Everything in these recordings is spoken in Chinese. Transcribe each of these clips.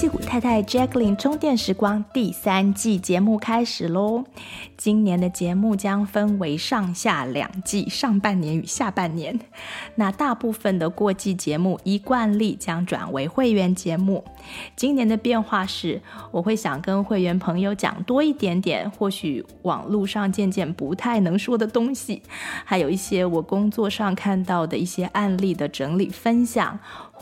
屁股太太 Jacqueline 充电时光第三季节目开始喽！今年的节目将分为上下两季，上半年与下半年。那大部分的过季节目依惯例将转为会员节目。今年的变化是，我会想跟会员朋友讲多一点点，或许网络上渐渐不太能说的东西，还有一些我工作上看到的一些案例的整理分享。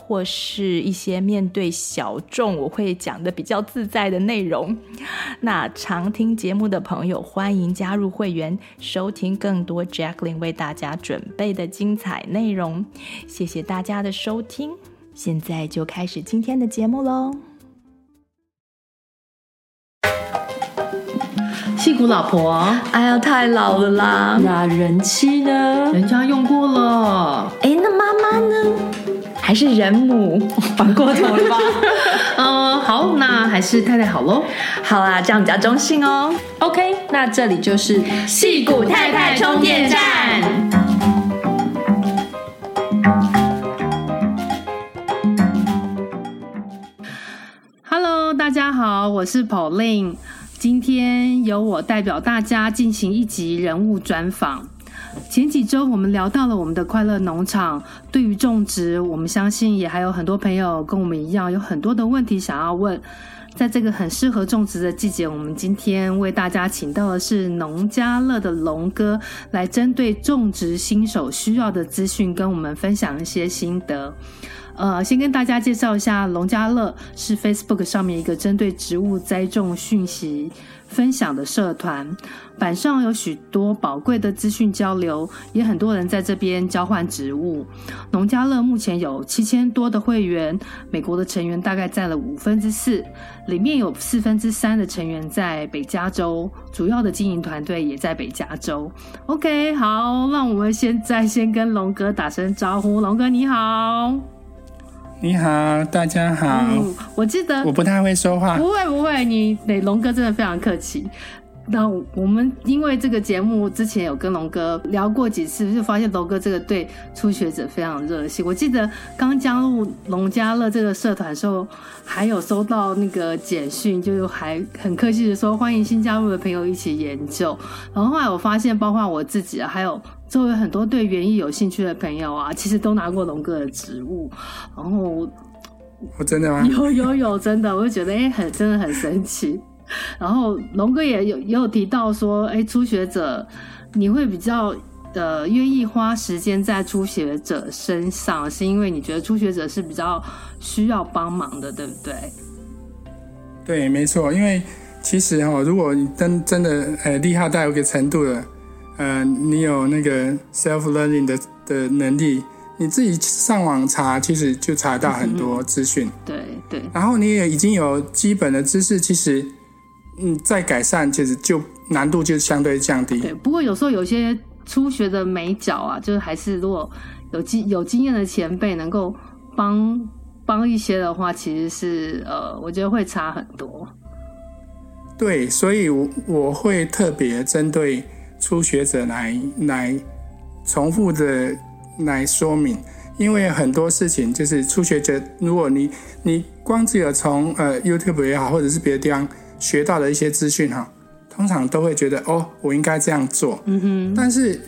或是一些面对小众，我会讲的比较自在的内容。 那常听节目的朋友，欢迎加入会员，收听更多 Jacqueline 为大家准备的精彩内容。谢谢大家的收听，现在就开始今天的节目喽。屁股老婆，哎呀，太老了啦！那人妻呢？人家用过了，哎，那妈妈呢？还是人母？ 反过头了吧？嗯，好，那还是太太好喽。好啦，这样比较中性哦。 OK，那这里就是屁股太太充电站。 Hello，大家好，我是 Pauline，今天由我代表大家进行一集人物专访。前几周我们聊到了我们的快乐农场，对于种植，我们相信也还有很多朋友跟我们一样，有很多的问题想要问。在这个很适合种植的季节，我们今天为大家请到的是农家乐的龙哥，来针对种植新手需要的资讯，跟我们分享一些心得。呃，先跟大家介绍一下，农家乐是 Facebook 上面一个针对植物栽种讯息分享的社团，板上有许多宝贵的资讯交流，也很多人在这边交换植物。农家乐目前有七千多的会员，美国的成员大概占了五分之四，里面有四分之三的成员在北加州，主要的经营团队也在北加州。OK，好，那我们现在先跟龙哥打声招呼，龙哥你好。你好，大家好。嗯，我记得我不太会说话，不会不会，你对龙哥真的非常客气。那我们因为这个节目之前有跟龙哥聊过几次，就发现龙哥这个对初学者非常热心。我记得刚加入农家乐这个社团的时候，还有收到那个简讯，就是还很客气的说欢迎新加入的朋友一起研究。然后后来我发现，包括我自己啊，还有周围很多对园艺有兴趣的朋友啊，其实都拿过龙哥的植物，然后我哦真 的吗？有有有，真的，我就觉得哎、很真的很神奇。 然后龙哥也有也有提到说，哎，初学者你会比较呃愿意花时间在初学者身上，是因为你觉得初学者是比较需要帮忙的，对不对？对，没错，因为其实哈、如果你真真的呃厉害到一个程度了，呃，你有那个 self learning 的的能力，你自己上网查，其实就查到很嗯多资讯。对对，然后你也已经有基本的知识，其实嗯，再改善，其实就难度就相对降低。对，不过有时候有些初学的美角啊，就是还是如果有经有经验的前辈能够帮帮一些的话，其实是呃，我觉得会差很多。对，所以我我会特别针对初学者来来重复的来说明，因为很多事情就是初学者，如果你你光只有从呃 YouTube 也好，或者是别的地方学到的一些资讯哈，通常都会觉得哦，我应该这样做，嗯哼，但是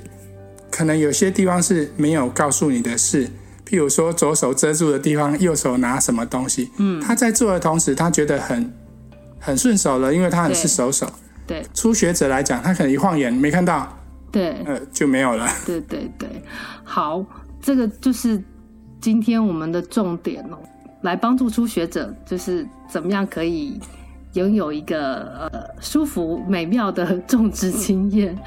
可能有些地方是没有告诉你的事，譬如说左手遮住的地方，右手拿什么东西，嗯，他在做的同时，他觉得很很顺手了，因为他很是熟手。对初学者来讲，他可能一晃眼没看到，对。呃，就没有了。对对对，好，这个就是今天我们的重点哦，来帮助初学者，就是怎么样可以拥有一个呃舒服美妙的种植经验。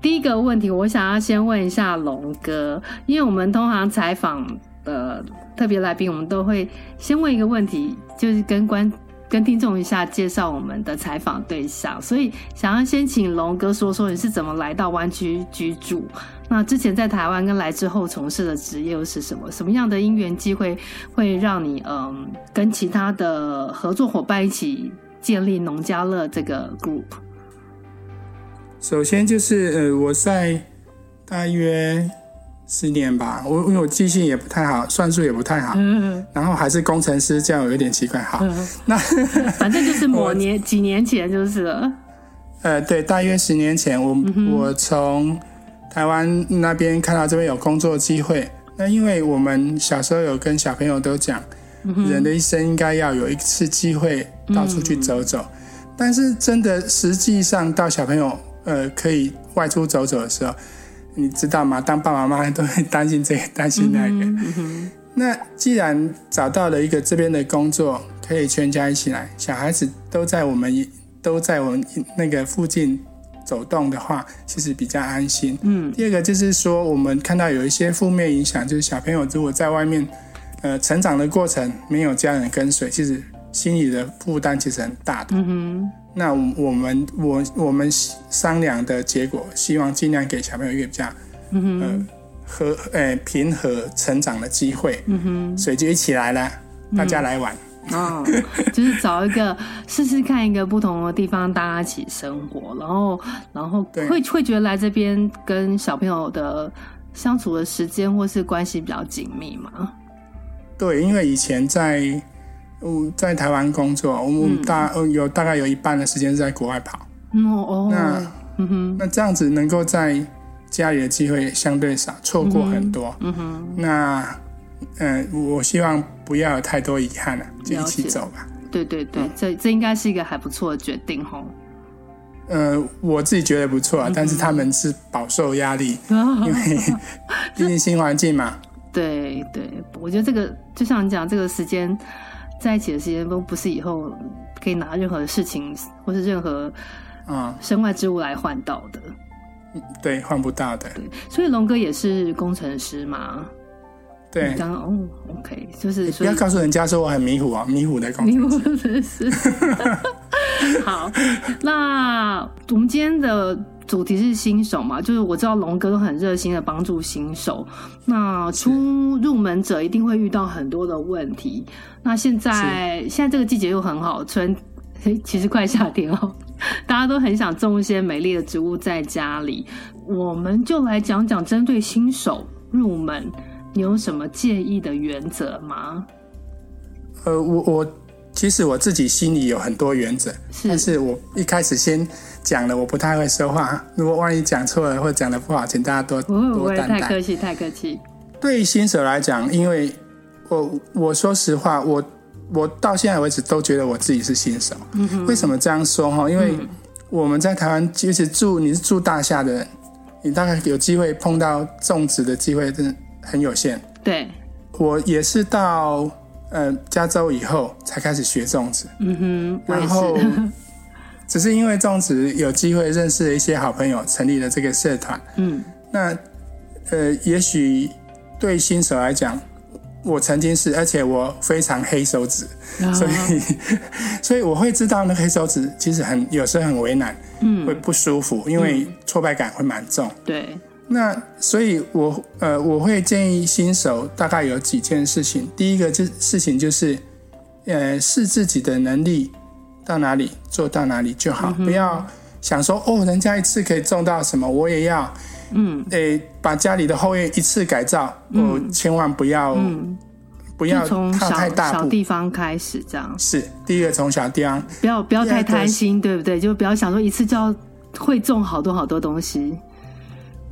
第一个问题，我想要先问一下龙哥，因为我们通常采访的特别来宾，我们都会先问一个问题，就是跟观跟听众一下介绍我们的采访对象，所以想要先请龙哥说说你是怎么来到湾区居住，那之前在台湾跟来之后从事的职业又是什么？什么样的因缘机会会让你嗯跟其他的合作伙伴一起建立农家乐这个 group？首先就是呃，我在大约十年吧，我因为我记性也不太好，算术也不太好，嗯，然后还是工程师，这样有一点奇怪。好，嗯那反正就是某 年几年前就是了。呃，对，大约十年前，我、我从台湾那边看到这边有工作机会。那因为我们小时候有跟小朋友都讲，人的一生应该要有一次机会到处去走走。但是真的，实际上到小朋友呃可以外出走走的时候，你知道吗？当爸爸妈妈都会担心这个担心那个。那既然找到了一个这边的工作，可以全家一起来，小孩子都在我们都在我们那个附近走动的话，其实比较安心。嗯，第二个就是说，我们看到有一些负面影响，就是小朋友如果在外面，呃，成长的过程没有家人跟随，其实心理的负担其实很大的。嗯那我们我我们商量的结果，希望尽量给小朋友一个比较，嗯呃、和呃平和成长的机会。嗯哼，嗯所以就一起来了，大家来玩。哦， 就是找一个试试看一个不同的地方，大家一起生活，然后然后对会会觉得来这边跟小朋友的相处的时间或是关系比较紧密嘛。对，因为以前在嗯在台湾工作，我们大、呃有大概有一半的时间是在国外跑。嗯哦，那嗯哼，那这样子能够在家里的机会相对少，错过很多。嗯哼，那嗯、呃我希望不要有太多遗憾了，就一起了解走吧。对对对，这这应该是一个还不错的决定吼。呃，我自己觉得不错嗯啊，但是他们是饱受 压力，因为毕竟新环境嘛。对对，我觉得这个就像你讲，这个时间在一起的时间都不是以后可以拿任何事情或是任何啊、身外之物来换到的。对，换不到的，对，所以龙哥也是工程师嘛？对你，刚刚哦，OK，就是不所以要告诉人家说我很迷糊啊、迷糊的工你作。工程师。 好，那我们今天的主题是新手嘛，就是我知道龙哥都很热心的帮助新手。那初入门者一定会遇到很多的问题。那现在现在这个季节又很好， 春嘿其实快夏天哦，大家都很想种一些美丽的植物在家里。我们就来讲讲针对新手入门，你有什么建议的原则吗？呃，我我其实我自己心里有很多原则，但是我一开始先讲了，我不太会说话，如果万一讲错了或讲的不好，请大家多不会不多会，担嗯哦太待客。气太客气。对于新手来讲，因为我我说实话，我我到现在为止都觉得我自己是新手。嗯为什么这样说哈？因为我们在台湾，即使住你是住大厦的人，你大概有机会碰到种植的机会真的很有限。对，我也是到呃加州以后才开始学种植，嗯哼，我也然后是， 只是因为种植有机会认识了一些好朋友，成立了这个社团。嗯，那呃，也许对新手来讲，我曾经是，而且我非常黑手指，然后所以 所以我会知道那黑手指其实很有时候很为难，嗯，会不舒服，因为挫败感会蛮重。对，那所以我，呃，我会建议新手大概有几件事情。第一个就事情就是，呃，视自己的能力到哪里做到哪里嗯就好，不要想说哦，人家一次可以种到什么，我也要，嗯，诶，把家里的后院一次改造，我千万不要，不嗯就要从踏小太大小步。地方开始，这样是第一个从小地方，不要不要第二太个贪是心，对不对？就不要想说一次就要会种好多好多东西，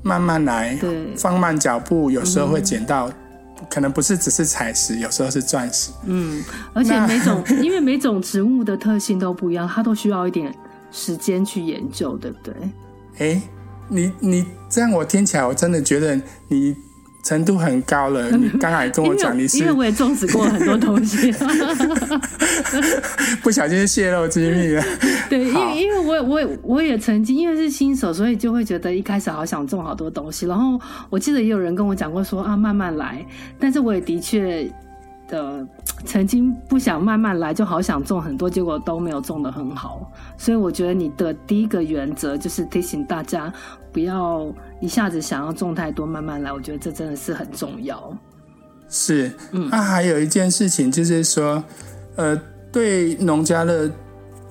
慢慢来对，嗯放慢脚步，有时候会捡到，可能不是只是采石，有时候是钻石。而且那每 种因为每种植物的特性都不一样，它都需要一点时间去研究，对不对？诶，你你这样我听起来，我真的觉得你程度很高了。你刚才跟因为我讲你因为是我也种植过很多东 西， 不小心泄露机密了， 对，因好为因为我也我也我也曾经因为是新手，所以就会觉得一开始好想种好多东西。然后我记得也有人跟我讲过说啊，慢慢来。但是我也的确的曾经不想慢慢来，就好想种很多，结果都没有种的很好。所以我觉得你的第一个原则就是提醒大家不要一下子想要种太多，慢慢来。我觉得这真的是很重要。是。嗯那、还有一件事情就是说，呃，对农家乐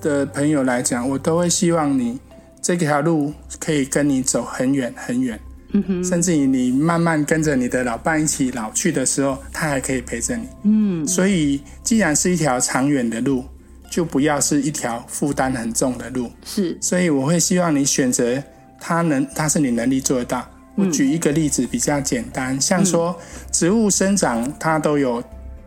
的朋友来讲，我都会希望你这条路可以跟你走很远很远。嗯哼，甚至于你慢慢跟着你的老伴一起老去的时候，他还可以陪着你。嗯，所以，既然是一条长远的路，就不要是一条负担很重的路。是，所以，我会希望你选择它能，它是你能力做得到。我举一个例子比较简单，像说植物生长，它都有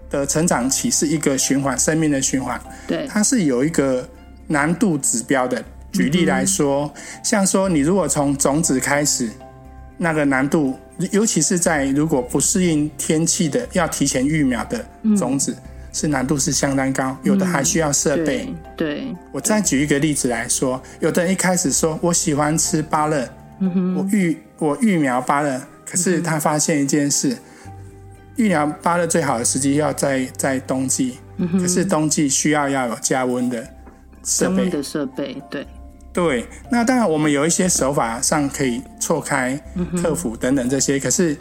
的成长期是一个循环，生命的循环。对，它是有一个难度指标的。举例来说，像说你如果从种子开始，那个难度，尤其是在如果不适应天气的，要提前育苗的种子，是难度是相当高，有的还需要设备。对，对，我再举一个例子来说，有的人一开始说我喜欢吃芭乐，我育我育苗芭乐，可是他发现一件事，育苗芭乐最好的时机要在在冬季，可是冬季需要要有嗯加温的设生备物，的设备，对，对，那当然我们有一些手法上可以错开、克服等等这些，可是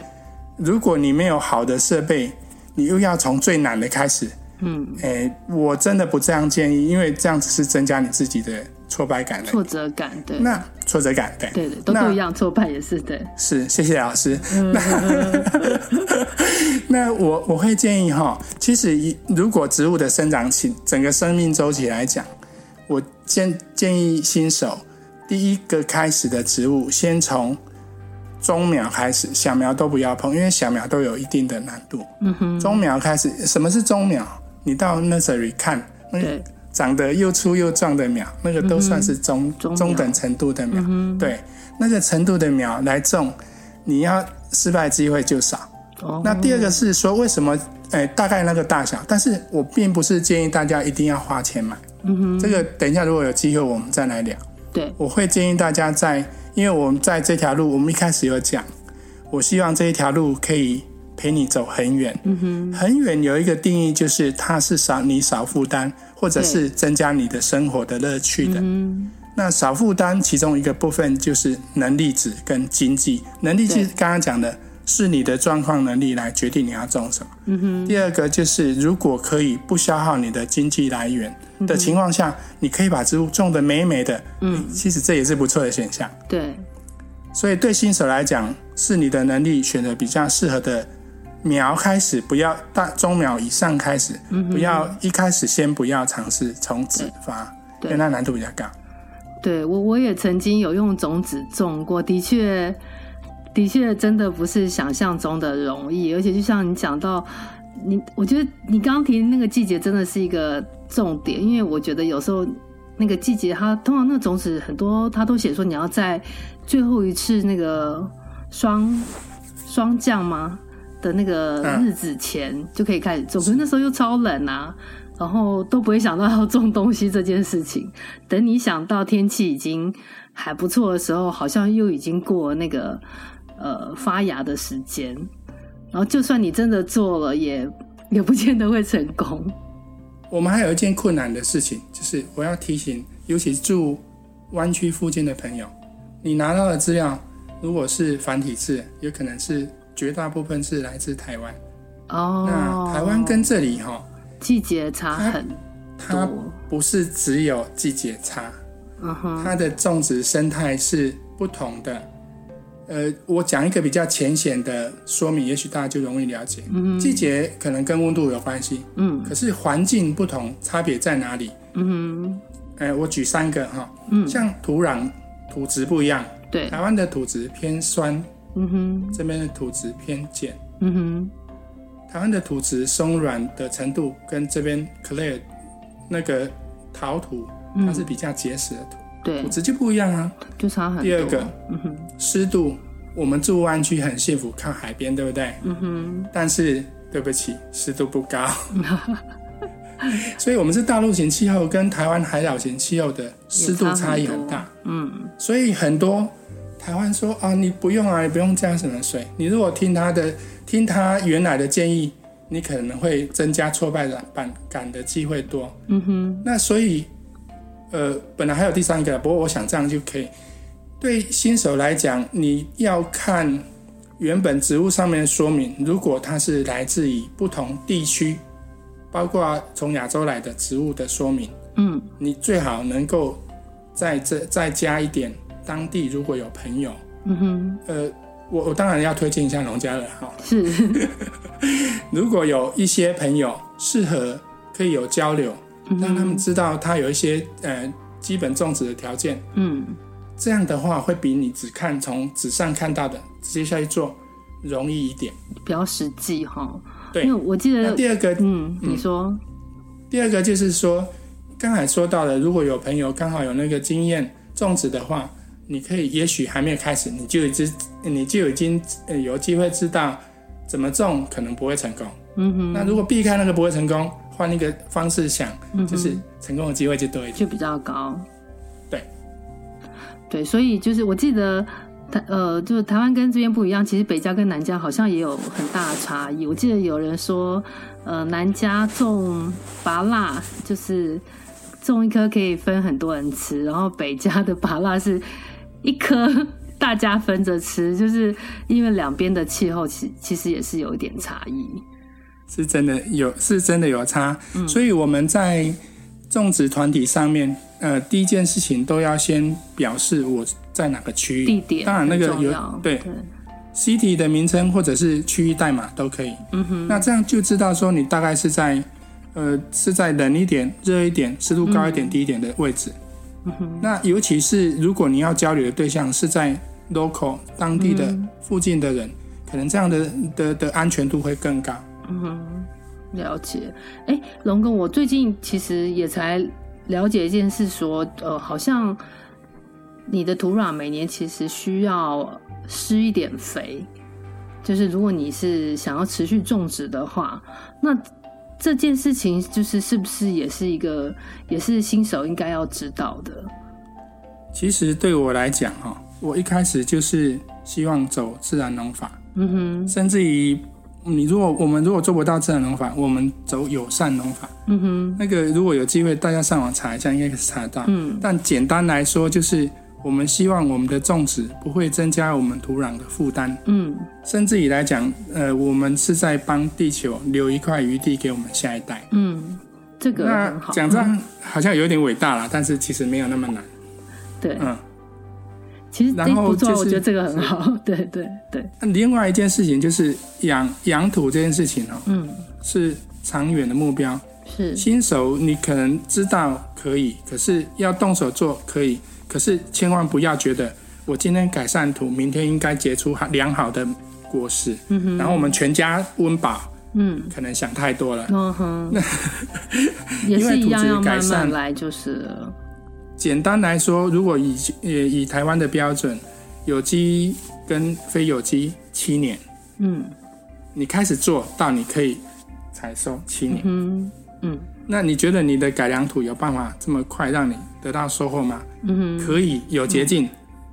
如果你没有好的设备，你又要从最难的开始，嗯，诶，我真的不这样建议，因为这样只是增加你自己的挫败感的，挫折感，对，那挫折感对。对对，都那都一样，挫败也是对，是，谢谢老师。那嗯 那我我会建议哈，其实一如果植物的生长期整个生命周期来讲，我建建议新手第一个开始的植物，先从中苗开始，小苗都不要碰，因为小苗都有一定的难度。嗯哼，中苗开始，什么是中苗？你到 nursery 看，那对，长得又粗又壮的苗，那个都算是中、中苗中等程度的苗。对，那个程度的苗来种，你要失败机会就少。哦，那第二个是说，为什么？哎，大概那个大小，但是我并不是建议大家一定要花钱买。嗯哼，这个等一下如果有机会我们再来聊。对，我会建议大家在，因为我们在这条路，我们一开始有讲，我希望这一条路可以陪你走很远。嗯哼，很远有一个定义就是它是少你少负担，或者是增加你的生活的乐趣的。嗯，那少负担其中一个部分就是能力值跟经济。能力对值刚刚讲的是你的状况能力来决定你要种什么。嗯哼。第二个就是如果可以不消耗你的经济来源的情况下，你可以把植物种得美美的。嗯，其实这也是不错的选项。对，所以对新手来讲，是你的能力选择比较适合的苗开始，不要大中苗以上开始，嗯不要一开始先不要尝试从子发，因对为那难度比较高。对我我也曾经有用种子种过，的确，的确真的不是想象中的容易，而且就像你讲到，你我觉得你刚刚提那个季节真的是一个重点，因为我觉得有时候那个季节它通常那个种子很多，它都写说你要在最后一次那个霜霜降吗的那个日子前就可以开始种，可是那时候又超冷啊。然后都不会想到要种东西这件事情，等你想到天气已经还不错的时候，好像又已经过了那个呃发芽的时间，然后就算你真的做了，也也不见得会成功。我们还有一件困难的事情，就是我要提醒，尤其住湾区附近的朋友，你拿到的资料如果是繁体字，有可能是绝大部分是来自台湾。哦那，台湾跟这里哈、季节差很它多，不是只有季节差，嗯哼，它的种植生态是不同的。呃，我讲一个比较浅显的说明，也许大家就容易了解。季节可能跟温度有关系，嗯可是环境不同，差别在哪里？嗯哎，我举三个哈，嗯像土壤土质不一样，哼，对，台湾的土质偏酸，嗯哼，这边的土质偏碱。嗯哼，台湾的土质松软的程度跟这边 clay 那个陶土，它嗯是比较结实的土，对土，质就不一样啊。就差很多。第二个，嗯哼，湿度，我们住湾区很幸福，靠海边，对不对？嗯哼，但是对不起，湿度不 高，所以我们是大陆型气候跟台湾海岛型气候的湿度也差差很异多很大。嗯，所以很多台湾说啊，你不用啊，你不用加什么水。你如果听他的，听他原来的建议，你可能会增加挫败感感的机会多。嗯哼，那所以，呃，本来还有第三个，不过我想这样就可以。对新手来讲，你要看原本植物上面的说明，如果它是来自于不同地区，包括从亚洲来的植物的说明，嗯，你最好能够在这再加一点当地如果有朋友，嗯哼，呃，我我当然要推荐一下农家乐哈。是，如果有一些朋友适合可以有交流，嗯让他们知道他有一些呃基本种植的条件，嗯，这样的话会比你只看从纸上看到的直接下去做容易一点。比较实际哈。对因为我记那得，第二个，嗯，你说，第二个就是说，刚才说到的，如果有朋友刚好有那个经验种植的话，你可以也许还没有开始，你就已经你就已经呃有机会知道怎么种可能不会成功。嗯哼，那如果避开那个不会成功，换一个方式想，嗯就是成功的机会就多一点。就比较高。对，对，所以就是我记得台呃，就是台湾跟这边不一样，其实北加跟南加好像也有很大的差异。我记得有人说，呃，南加种拔蜡就是种一颗可以分很多人吃，然后北加的拔蜡是一颗。大家分着吃，就是因为两边的气候其其实也是有一点差异。是真的有，是真的有差。嗯所以我们在种植团体上面，呃，第一件事情都要先表示我在哪个区域，地点当然那个很重有要对 city 的名称或者是区域代码都可以。嗯哼，那这样就知道说你大概是在，呃，是在冷一点、热一点、湿度高一点、低一点的位置。嗯哼，那尤其是如果你要交流的对象是在 local 当地的附近的人，可能这样的的的安全度会更高。了解，哎，龙哥，我最近其实也才了解一件事说呃，好像你的土壤每年其实需要施一点肥，就是如果你是想要持续种植的话，那这件事情就是是不是也是一个也是新手应该要知道的？其实对我来讲，哈，我一开始就是希望走自然农法，嗯哼，甚至于你如果我们如果做不到自然农法，我们走友善农法。嗯哼，那个如果有机会，大家上网查一下，应该可以查得到。嗯，但简单来说，就是我们希望我们的种植不会增加我们土壤的负担，嗯甚至于来讲，呃，我们是在帮地球留一块余地给我们下一代。嗯，这个那很好。讲这样好像有点伟大啦，但是其实没有那么难。对，嗯，其实这然后不错，就是我觉得这个很好。 对对对，那另外一件事情就是养养土这件事情哦，嗯，是长远的目标。是，新手你可能知道可以，可是要动手做可以，可是千万不要觉得我今天改善土，明天应该结出好良好的果实，嗯哼，然后我们全家温饱，嗯。可能想太多了。嗯哼， 也是一样要慢慢来，就是了简单来说，如果以呃以台湾的标准，有机跟非有机七年，嗯你开始做到你可以采收七年，嗯嗯那你觉得你的改良土有办法这么快让你得到收获吗？嗯哼可以有捷径。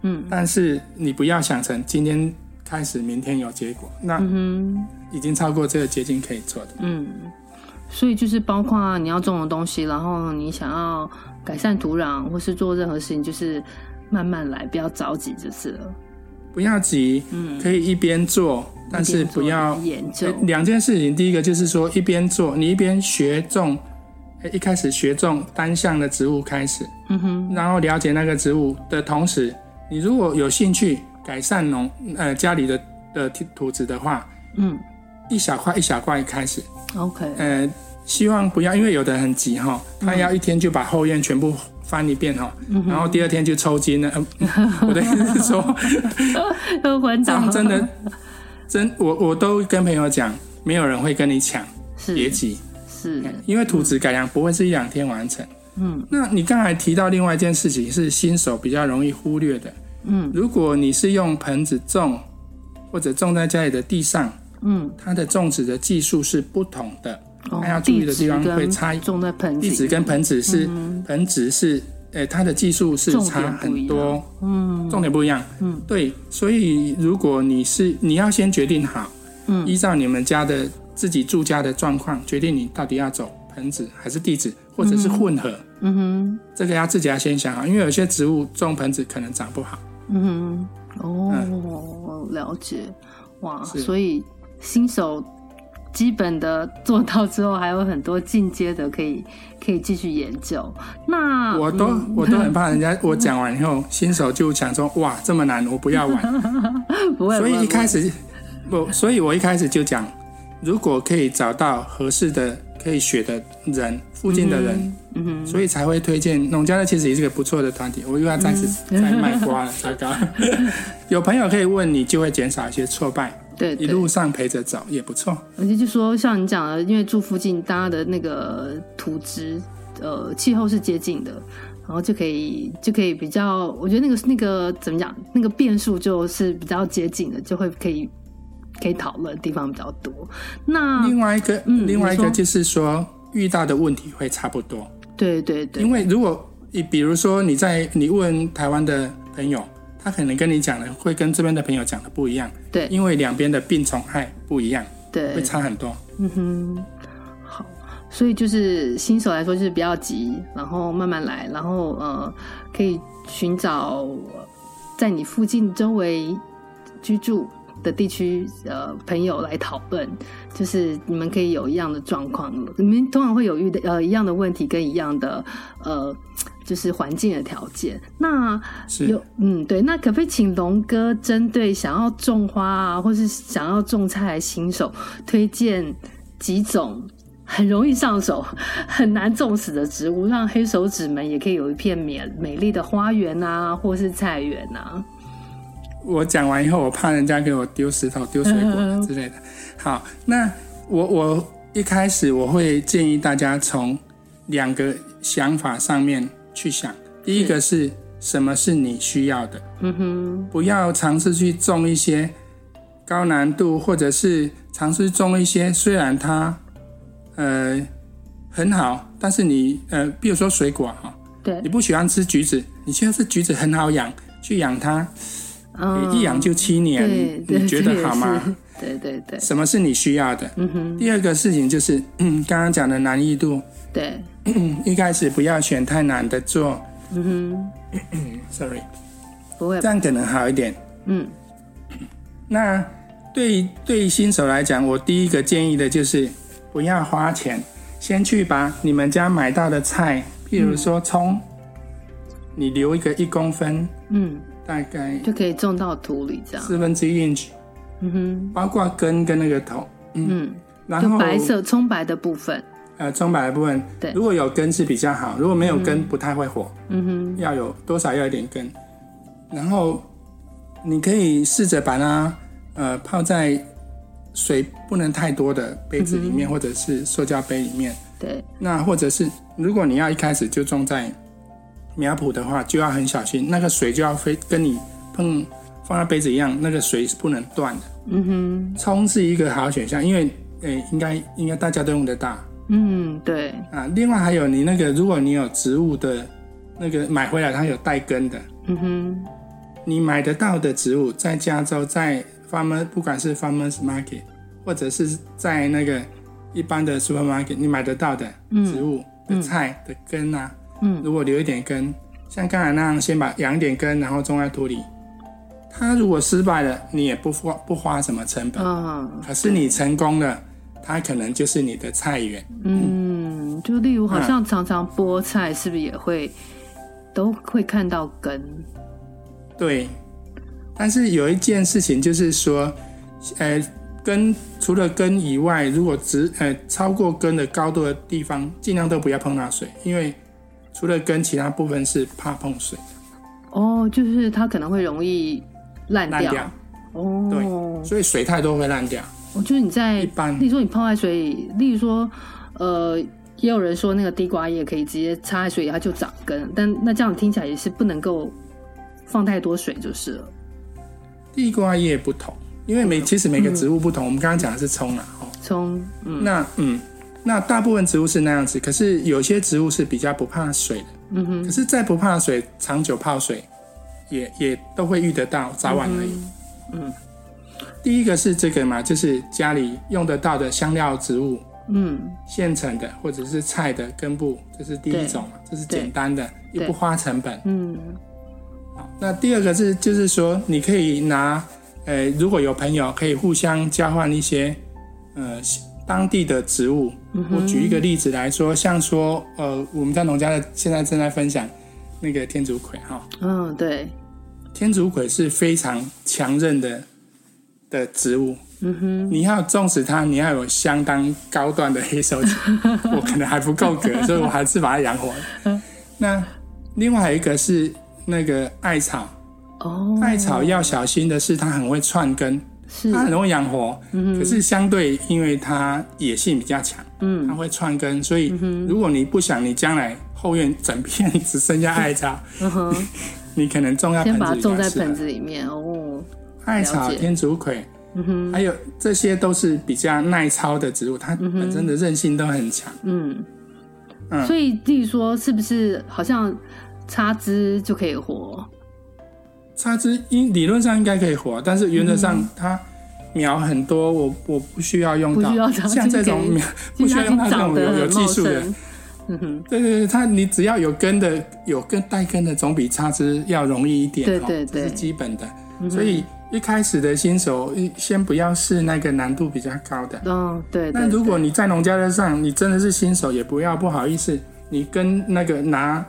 嗯但是你不要想成今天开始，明天有结果，那嗯哼已经超过这个捷径可以做的。嗯，所以就是包括你要种的东西，然后你想要改善土壤或是做任何事情，就是慢慢来，不要着急就是了。不要急，嗯，可以一边做，但一是边做不要一边研究呃，两件事情。第一个就是说，一边做，你一边学种，呃一开始学种单项的植物开始，嗯哼然后了解那个植物的同时，你如果有兴趣改善农呃家里的的土土质的话，嗯一小块一小块开始， ，OK， 呃，希望不要，因为有的很急哈，他要一天就把后院全部翻一遍哈，然后第二天就抽筋了。 呃嗯我的意思是说，喝昏这倒样真的真，我我都跟朋友讲，没有人会跟你抢，别是急，是因为土质改良不会是一两天完成。嗯，那你刚才提到另外一件事情是新手比较容易忽略的，嗯如果你是用盆子种，或者种在家里的地上，嗯，它的种植的技术是不同的，哦那要注意的地方地址会跟差异。种在盆地址子里，跟盆子是、盆子是，呃，它的技术是嗯重差点不很一样多，嗯重点不一样。嗯，对，所以如果你是你要先决定好，嗯依照你们家的自己住家的状况，决定你到底要走盆子还是地址，或者是混合，嗯哼这个要自己要先想好，啊因为有些植物种盆子可能长不好。嗯，哦，了解，哇，嗯是所以新手基本的做到之后，还有很多进阶的可以可以继续研究。那我都嗯我都很怕人家我讲完以后，新手就讲说哇这么难，我不要玩。不会，所以一开始始我，所以我一开始就讲，如果可以找到合适的可以学的人，附近的人，嗯哼所以才会推荐农家乐。其实也是个不错的团体，我又要暂时嗯在卖瓜了，糟糕。 有朋友可以问你，就会减少一些挫败，对对，一路上陪着走也不错。而且就说像你讲的，因为住附近，大家的那个土质呃气候是接近的，然后就可以就可以比较，我觉得那个那个怎么讲，那个变数就是比较接近的，就会可以可以讨论的地方比较多。那另外一个，嗯另外一你个说就是说，遇到的问题会差不多。对对对因，为如果你比如说你在你问台湾的朋友，他可能跟你讲的会跟这边的朋友讲的不一样，对因为两边的病虫害不一样，对会差很多。嗯哼，好，所以就是新手来说就是比较急，然后慢慢来，然后呃，可以寻找在你附近周围居住的地区呃朋友来讨论，就是你们可以有一样的状况，你们通常会有遇的呃一样的问题跟一样的呃就是环境的条件，那是有，嗯，对，那可不可以请龙哥针对想要种花啊，或是想要种菜的新手，推荐几种很容易上手、 很难种死的植物，让黑手指们也可以有一片美美丽的花园啊，或是菜园啊？我讲完以后，我怕人家给我丢石头、丢水嗯果之类的。好，那我我一开始我会建议大家从两个想法上面去想，第一个是什么是你需要的，嗯哼，不要尝试去种一些高难度，或者是尝试种一些虽然它呃很好，但是你呃，比如说水果哈、对你，不喜欢吃橘子，你现在是橘子很好养，去养它，嗯，一养就七年，对对，你觉这得也好吗？是？对对对，什么是你需要的？嗯哼，第二个事情就是，嗯，刚刚讲的难易度，对，嗯，一开始不要选太难的做嗯 ，sorry，哼，不会这，样可能好一点。嗯，那对对新手来讲，我第一个建议的就是不要花钱，先去把你们家买到的菜，譬如说葱，你留一个一公分，嗯，大概就可以种到土里这样。四分之一 inch，嗯哼，包括根跟那个头，嗯，啊然就后白色葱白的部分。呃葱白的部分对，如果有根是比较好，如果没有根不太会火，嗯哼，要有多少要有点根，然后你可以试着把它呃泡在水不能太多的杯子里嗯面，或者是塑胶杯里面。对。那或者是如果你要一开始就种在苗圃的话，就要很小心，那个水就要非跟你碰放在杯子一样，那个水是不能断的。嗯哼，冲是一个好选项，因为诶、应该应该大家都用得到。嗯，对，啊，另外还有你那个，如果你有植物的那个买回来，它有带根的，嗯哼，你买得到的植物，在加州，在 farmer 不管是 farmers market，或者是在那个一般的 supermarket，你买得到的植物的菜的根啊，嗯如果留一点根，像刚才那样，先把养一点根，然后种在土里。它如果失败了，你也不花不花什么成本，啊，可是你成功了，它可能就是你的菜园。嗯，就例如好像常常菠菜是不是也会都会看到根？对，但是有一件事情就是说，呃，根除了根以外，如果植呃超过根的高度的地方，尽量都不要碰到水，因为除了根，其他部分是怕碰水哦，就是它可能会容易烂烂掉。掉，哦，所以水太多会烂掉。我就是你在，一般例如说你泡在水里，例如说，呃，也有人说那个地瓜叶可以直接插在水里，它就长根，但那这样听起来也是不能够放太多水就是了。地瓜叶不同，因为每其实每个植物不同，我们刚刚讲的是葱啊，哦，葱，嗯那嗯。那大部分植物是那样子，可是有些植物是比较不怕水的。嗯哼，可是再不怕水，长久泡水也也都会遇得到，早晚而已。嗯第一个是这个嘛，就是家里用得到的香料植物，嗯，现成的或者是菜的根部，这是第一种嘛，这是简单的，对又不花成本。嗯，好那第二个是就是说，你可以拿，呃，如果有朋友可以互相交换一些，呃，当地的植物。嗯我举一个例子来说，像说呃，我们在农家的现在正在分享那个天竺葵哈、嗯，对，天竺葵是非常强韧的的植物，嗯哼，你要种植它，你要有相当高段的黑手 指，我可能还不够格，所以我还是把它养活了。那另外还有一个是那个艾草，哦，艾草要小心的是它很会串根，是，它很容易养活，嗯可哼，是相对因为它野性比较强，它嗯会串根，所以如果你不想你将来后院整片只剩下艾草， 嗯哼，你可能种在盆先子把它里种比较在适合盆子里面哦，啊艾草、了解天竺葵，嗯哼，还有这些都是比较耐操的植物，它嗯哼本身的韧性都很强。嗯，嗯所以例如说是不是好像插枝就可以活？插枝应理论上应该可以活，但是原则嗯上它苗很多，我我不需要用不需要到。长像这种就可以苗不需要用到其实它已经这长种得有很有技术茂的，盛，嗯哼，对对对，它你只要有根的，有根带根的，总比插枝要容易一点。对哦对这对是基本的。所以一开始的新手，一先不要试那个难度比较高的。嗯，对，那对如果对你在农家乐上，你真的是新手，也不要不好意思，你跟那个拿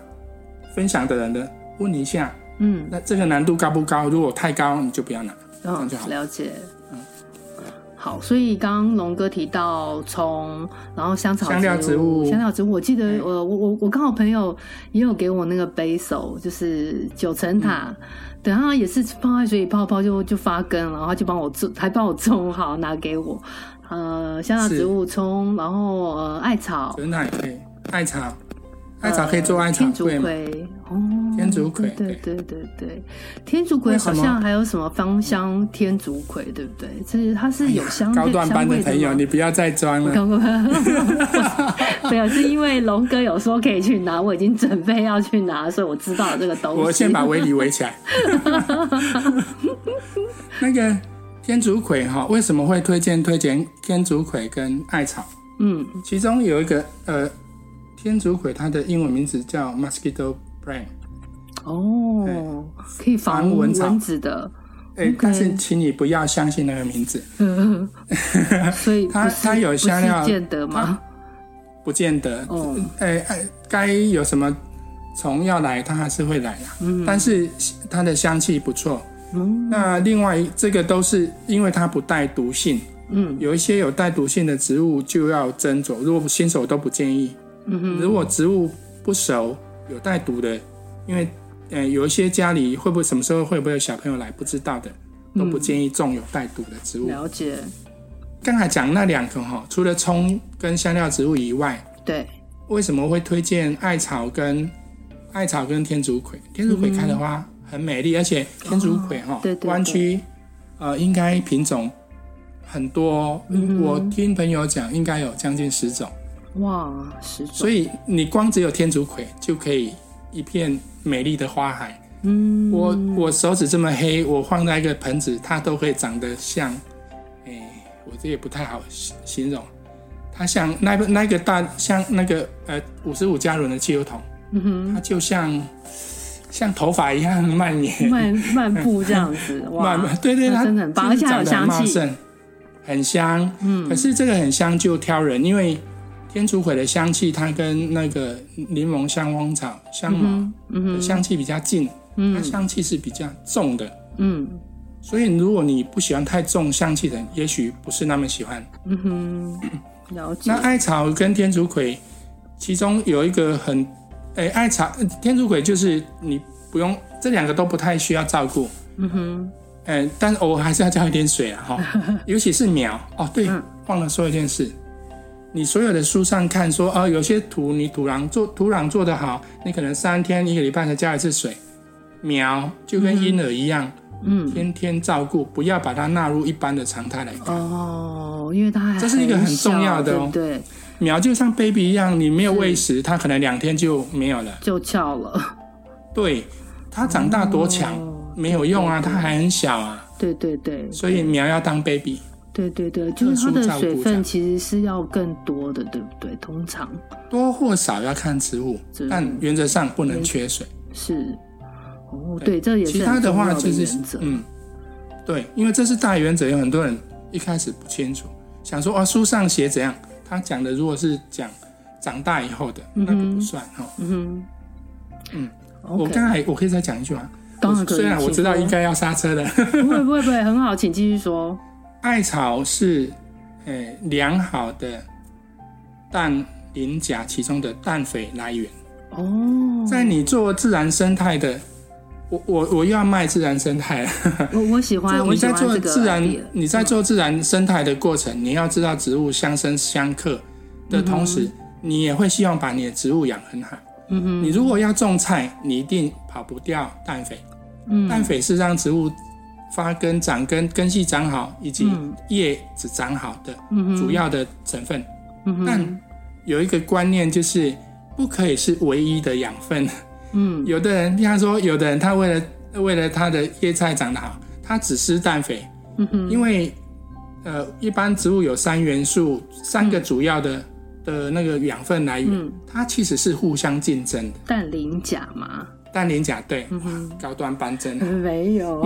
分享的人的问一下，嗯那这个难度高不高？如果太高，你就不要拿。嗯样嗯就好了解。好，所以刚刚龙哥提到葱，然后香草香料植物香料植物，我记得嗯我我我我刚好朋友也有给我那个 basil，就是九层塔，嗯对，他也是放在水里泡一泡就就发根，然后他就帮我种，还帮我种好拿给我，呃，香料是植物葱，然后呃艾草，真的也可以，艾草，艾草可以做艾草呃天竺桂嘛？葵哦，天竺葵对对对对对，天竺葵为好什么像还有什么芳香天竺葵，对不对？就是它是有香哎高段班香味的的朋友，吗你不要再装了。刚刚 没有，是因为龙哥有说可以去拿，我已经准备要去拿，所以我知道了这个东西。我先把围篱围起来。 那个天竺葵哈，为什么会推荐推荐天竺葵跟艾草？嗯其中有一个呃，天竺葵它的英文名字叫 mosquito brain，哦，可以防防蚊草蚊子的，哎、 OK 但是请你不要相信那个名字，嗯，所以它不是它有不是香料见得吗？不见得，哦，哎、哎，该有什么虫要来，它还是会来啦。但是它的香气不错。嗯那另外这个都是因为它不带毒性，嗯有一些有带毒性的植物就要斟酌，如果新手都不建议。嗯哼如果植物不熟有带毒的，因为呃有一些家里会不会什么时候会不会有小朋友来不知道的，嗯都不建议种有带毒的植物。了解，刚才讲那两个哈，除了葱跟香料植物以外，对，为什么会推荐艾草跟艾草跟天竺葵？天竺葵开的花很美丽，而且天竺葵哈、嗯对对对湾区呃应该品种很多哦、嗯我听朋友讲应该有将近十种，哇，十种所，以你光只有天竺葵就可以一片美丽的花海。嗯，我我手指这么黑，我放在一个盆子，它都会长得像，哎、我这也不太好形形容，它像那个那个大像那个呃五十五加仑的汽油桶，嗯哼。它就像像头发一样蔓延，漫漫步这样子，哇， 慢慢对对，那它真的很棒，而就是且还有香长得很茂气，盛，很香。嗯，可是这个很香就挑人，因为天竺葵的香气，它跟那个柠檬香蜂草香嗯茅的香气比较近，它香气是比较重的。嗯所以，如果你不喜欢太重香气的，也许不是那么喜欢。嗯哼，了解那，艾草跟天竺葵，其中有一个很，诶、艾草、呃天竺葵就是你不用这两个都不太需要照顾，嗯哼，嗯、但是偶尔还是要浇一点水啊， 哈，尤其是苗。哦，对，嗯忘了说一件事，你所有的书上看说，啊，有些土你土壤做土壤做得好，你可能三天一个礼拜才浇一次水，苗就跟婴儿一样，嗯，天天照顾，不要把它纳入一般的常态来看。哦，因为它还这是一个很小重要的哦对不对，苗就像 baby 一样，你没有喂食，它可能两天就没有了。就翘了， 对，它长大多强、哦没有用啊，它还很小啊，对对对，所以苗要当 baby。对对对，就是它特殊照的顾水这分样其实是要更多的，对不对？通常多或少要看植物植物，但原则上不能缺水。是，哦，对，这也其嗯是他很重要话的就是原则，嗯，对，因为这是大原则，有很多人一开始不清楚。想说啊，书上写怎样，他讲的如果是讲长大以后的，那个不算哈。嗯哼，嗯我 OK，刚才我可以再讲一句吗？当然我可以。虽然我知道应该要刹车的，请说， 不会不会不会，很好，请继续说。艾草是，呃，良好的氮磷钾其中的氮肥来源。哦，在你做自然生态的，我我我又要卖自然生态了。我我喜就欢，我你喜在欢做这个自然嗯 idea，你在做自然生态的过程，你要知道植物相生相克的同时，你也会希望把你的植物养很好。嗯哼，你如果要种菜，你一定跑不掉氮肥。嗯氮肥是让植物发根、长根、根系长好以及嗯叶子长好的嗯哼主要的成分。嗯哼但有一个观念就是，不可以是唯一的养分。嗯 有的人，比方说，有的人他为了为了他的叶菜长得好，他只施氮肥，嗯哼因为呃，一般植物有三元素，三个主要的、的那个养分来源，嗯它其实是互相竞争的。氮磷钾嘛，氮磷钾对，嗯哼，嗯高端班 真没有，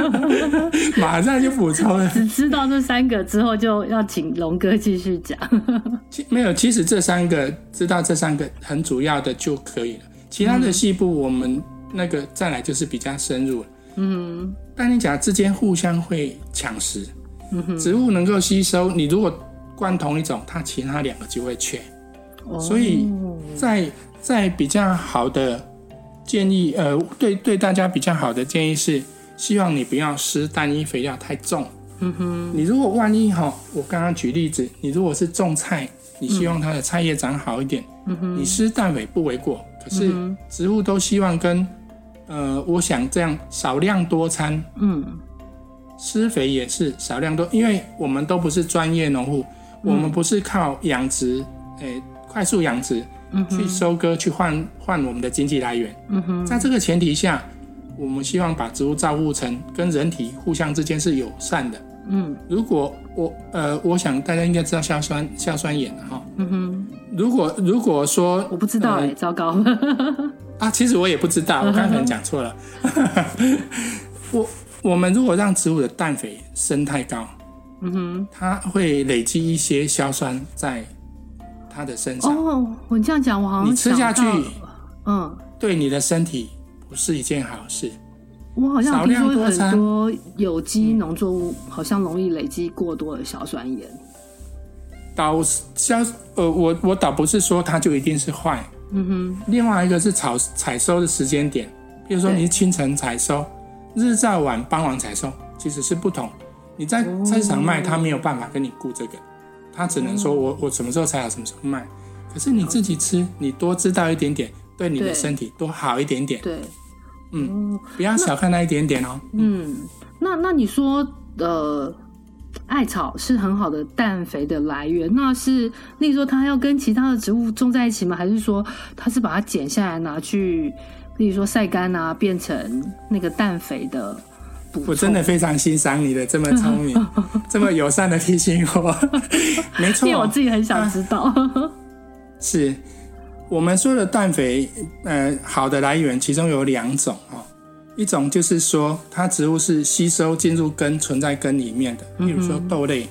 马上就补充了。只知道这三个之后，就要请龙哥继续讲。其没有，其实这三个知道这三个很主要的就可以了，其嗯他的细部我们那个再来就是比较深入了。嗯氮磷钾之间互相会抢食，嗯哼，植物能够吸收，你如果灌同一种，它其他两个就会缺。哦所以在在比较好的建议，呃，对对大家比较好的建议是，希望你不要施单一肥料太重。嗯哼你如果万一哈，我刚刚举例子，你如果是种菜，你希望它的菜叶长好一点，嗯哼你施氮肥不为过。可嗯是哼植物都希望跟，呃，我想这样少量多餐，嗯施肥也是少量多，因为我们都不是专业农户，嗯我们不是靠养殖，诶、快速养殖嗯去哼收割去换换我们的经济来源。嗯哼在这个前提下，我们希望把植物照顾成跟人体互相之间是友善的。嗯如果我呃，我想大家应该知道硝酸硝酸盐哈。嗯哼，如果如果说我不知道呃哎，糟糕，啊，其实我也不知道，我刚才可能讲错了。 我我们如果让植物的氮肥升太高，嗯哼。它会累积一些硝酸在它的身上，哦，我这样讲，我好像你吃下去想到嗯，对你的身体不是一件好事。我好像有听少说量多餐很多有机农作物好像容易累积过多的硝酸盐。倒硝呃，我我倒不是说它就一定是坏，嗯另外一个是采采收的时间点，比如说对你是清晨采收，日照晚傍晚采收，其实是不同。你在哦菜市场卖，他没有办法跟你顾这个，他只能说哦我我什么时候采好，什么时候卖。可是你自己吃，你多知道一点点，对你对的身体多好一点点哼，。对，嗯，不要小看那一点点哦。嗯，那那你说，呃，艾草是很好的氮肥的来源，那是例如说它要跟其他的植物种在一起吗？还是说它是把它剪下来拿去，例如说晒干啊，变成那个氮肥的补充？我真的非常欣赏你的这么 聪明、这么友善的提醒我。没错，因为我自己很啊想知道。 是我们说的氮肥，呃，好的来源其中有两种哈、哦，一种就是说它植物是吸收进入根，存在根里面的，比如说豆类，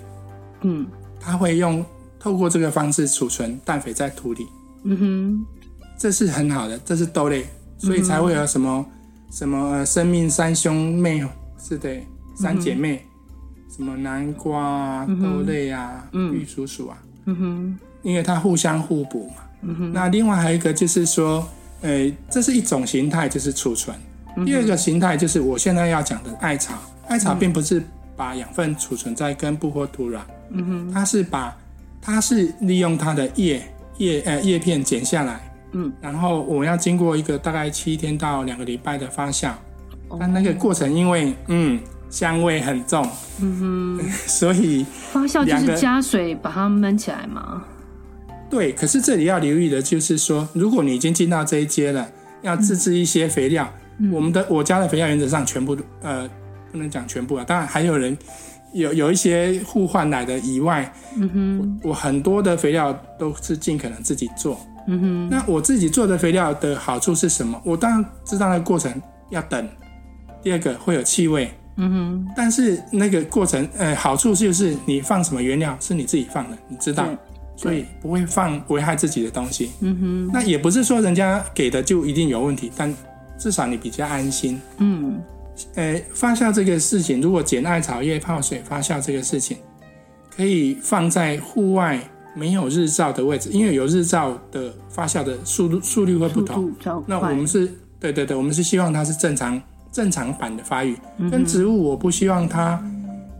嗯它会用透过这个方式储存氮肥在土里，嗯哼，这是很好的，这是豆嗯类，所以才会有什么、什么呃生命三兄妹是的，嗯三姐妹，什么南瓜啊、豆类啊、玉蜀黍啊，嗯哼，因为它互相互补嘛。嗯哼那另外还有一个就是说，呃，这是一种形态，就是储存；嗯第二个形态就是我现在要讲的艾草。艾草并不是把养分储存在根部或土壤，嗯哼，它是把它是利用它的叶叶呃叶片剪下来，嗯，然后我要经过一个大概七天到两个礼拜的发酵，哦但那个过程因为嗯香味很重，嗯哼， 所以发酵就两是个加水把它焖起来嘛。对，可是这里要留意的就是说，如果你已经进到这一阶了，要自制一些肥料。嗯我们的我家的肥料原则上全部呃不能讲全部啊，当然还有人有有一些互换来的以外，嗯哼，我很多的肥料都是尽可能自己做。嗯哼，那我自己做的肥料的好处是什么？我当然知道那个过程要等，第二个会有气味，嗯但是那个过程，呃，好处就是你放什么原料是你自己放的，你知道对，所以不会放危害自己的东西。哼，嗯那也不是说人家给的就一定有问题，但至少你比较安心。哼，嗯呃，发酵这个事情，如果简艾草叶泡水发酵这个事情，可以放在户外没有日照的位置，因为有日照的发酵的速度速率会不速同度。比较那快。我们是对对对，我们是希望它是正常正常版的发育，跟植物我不希望它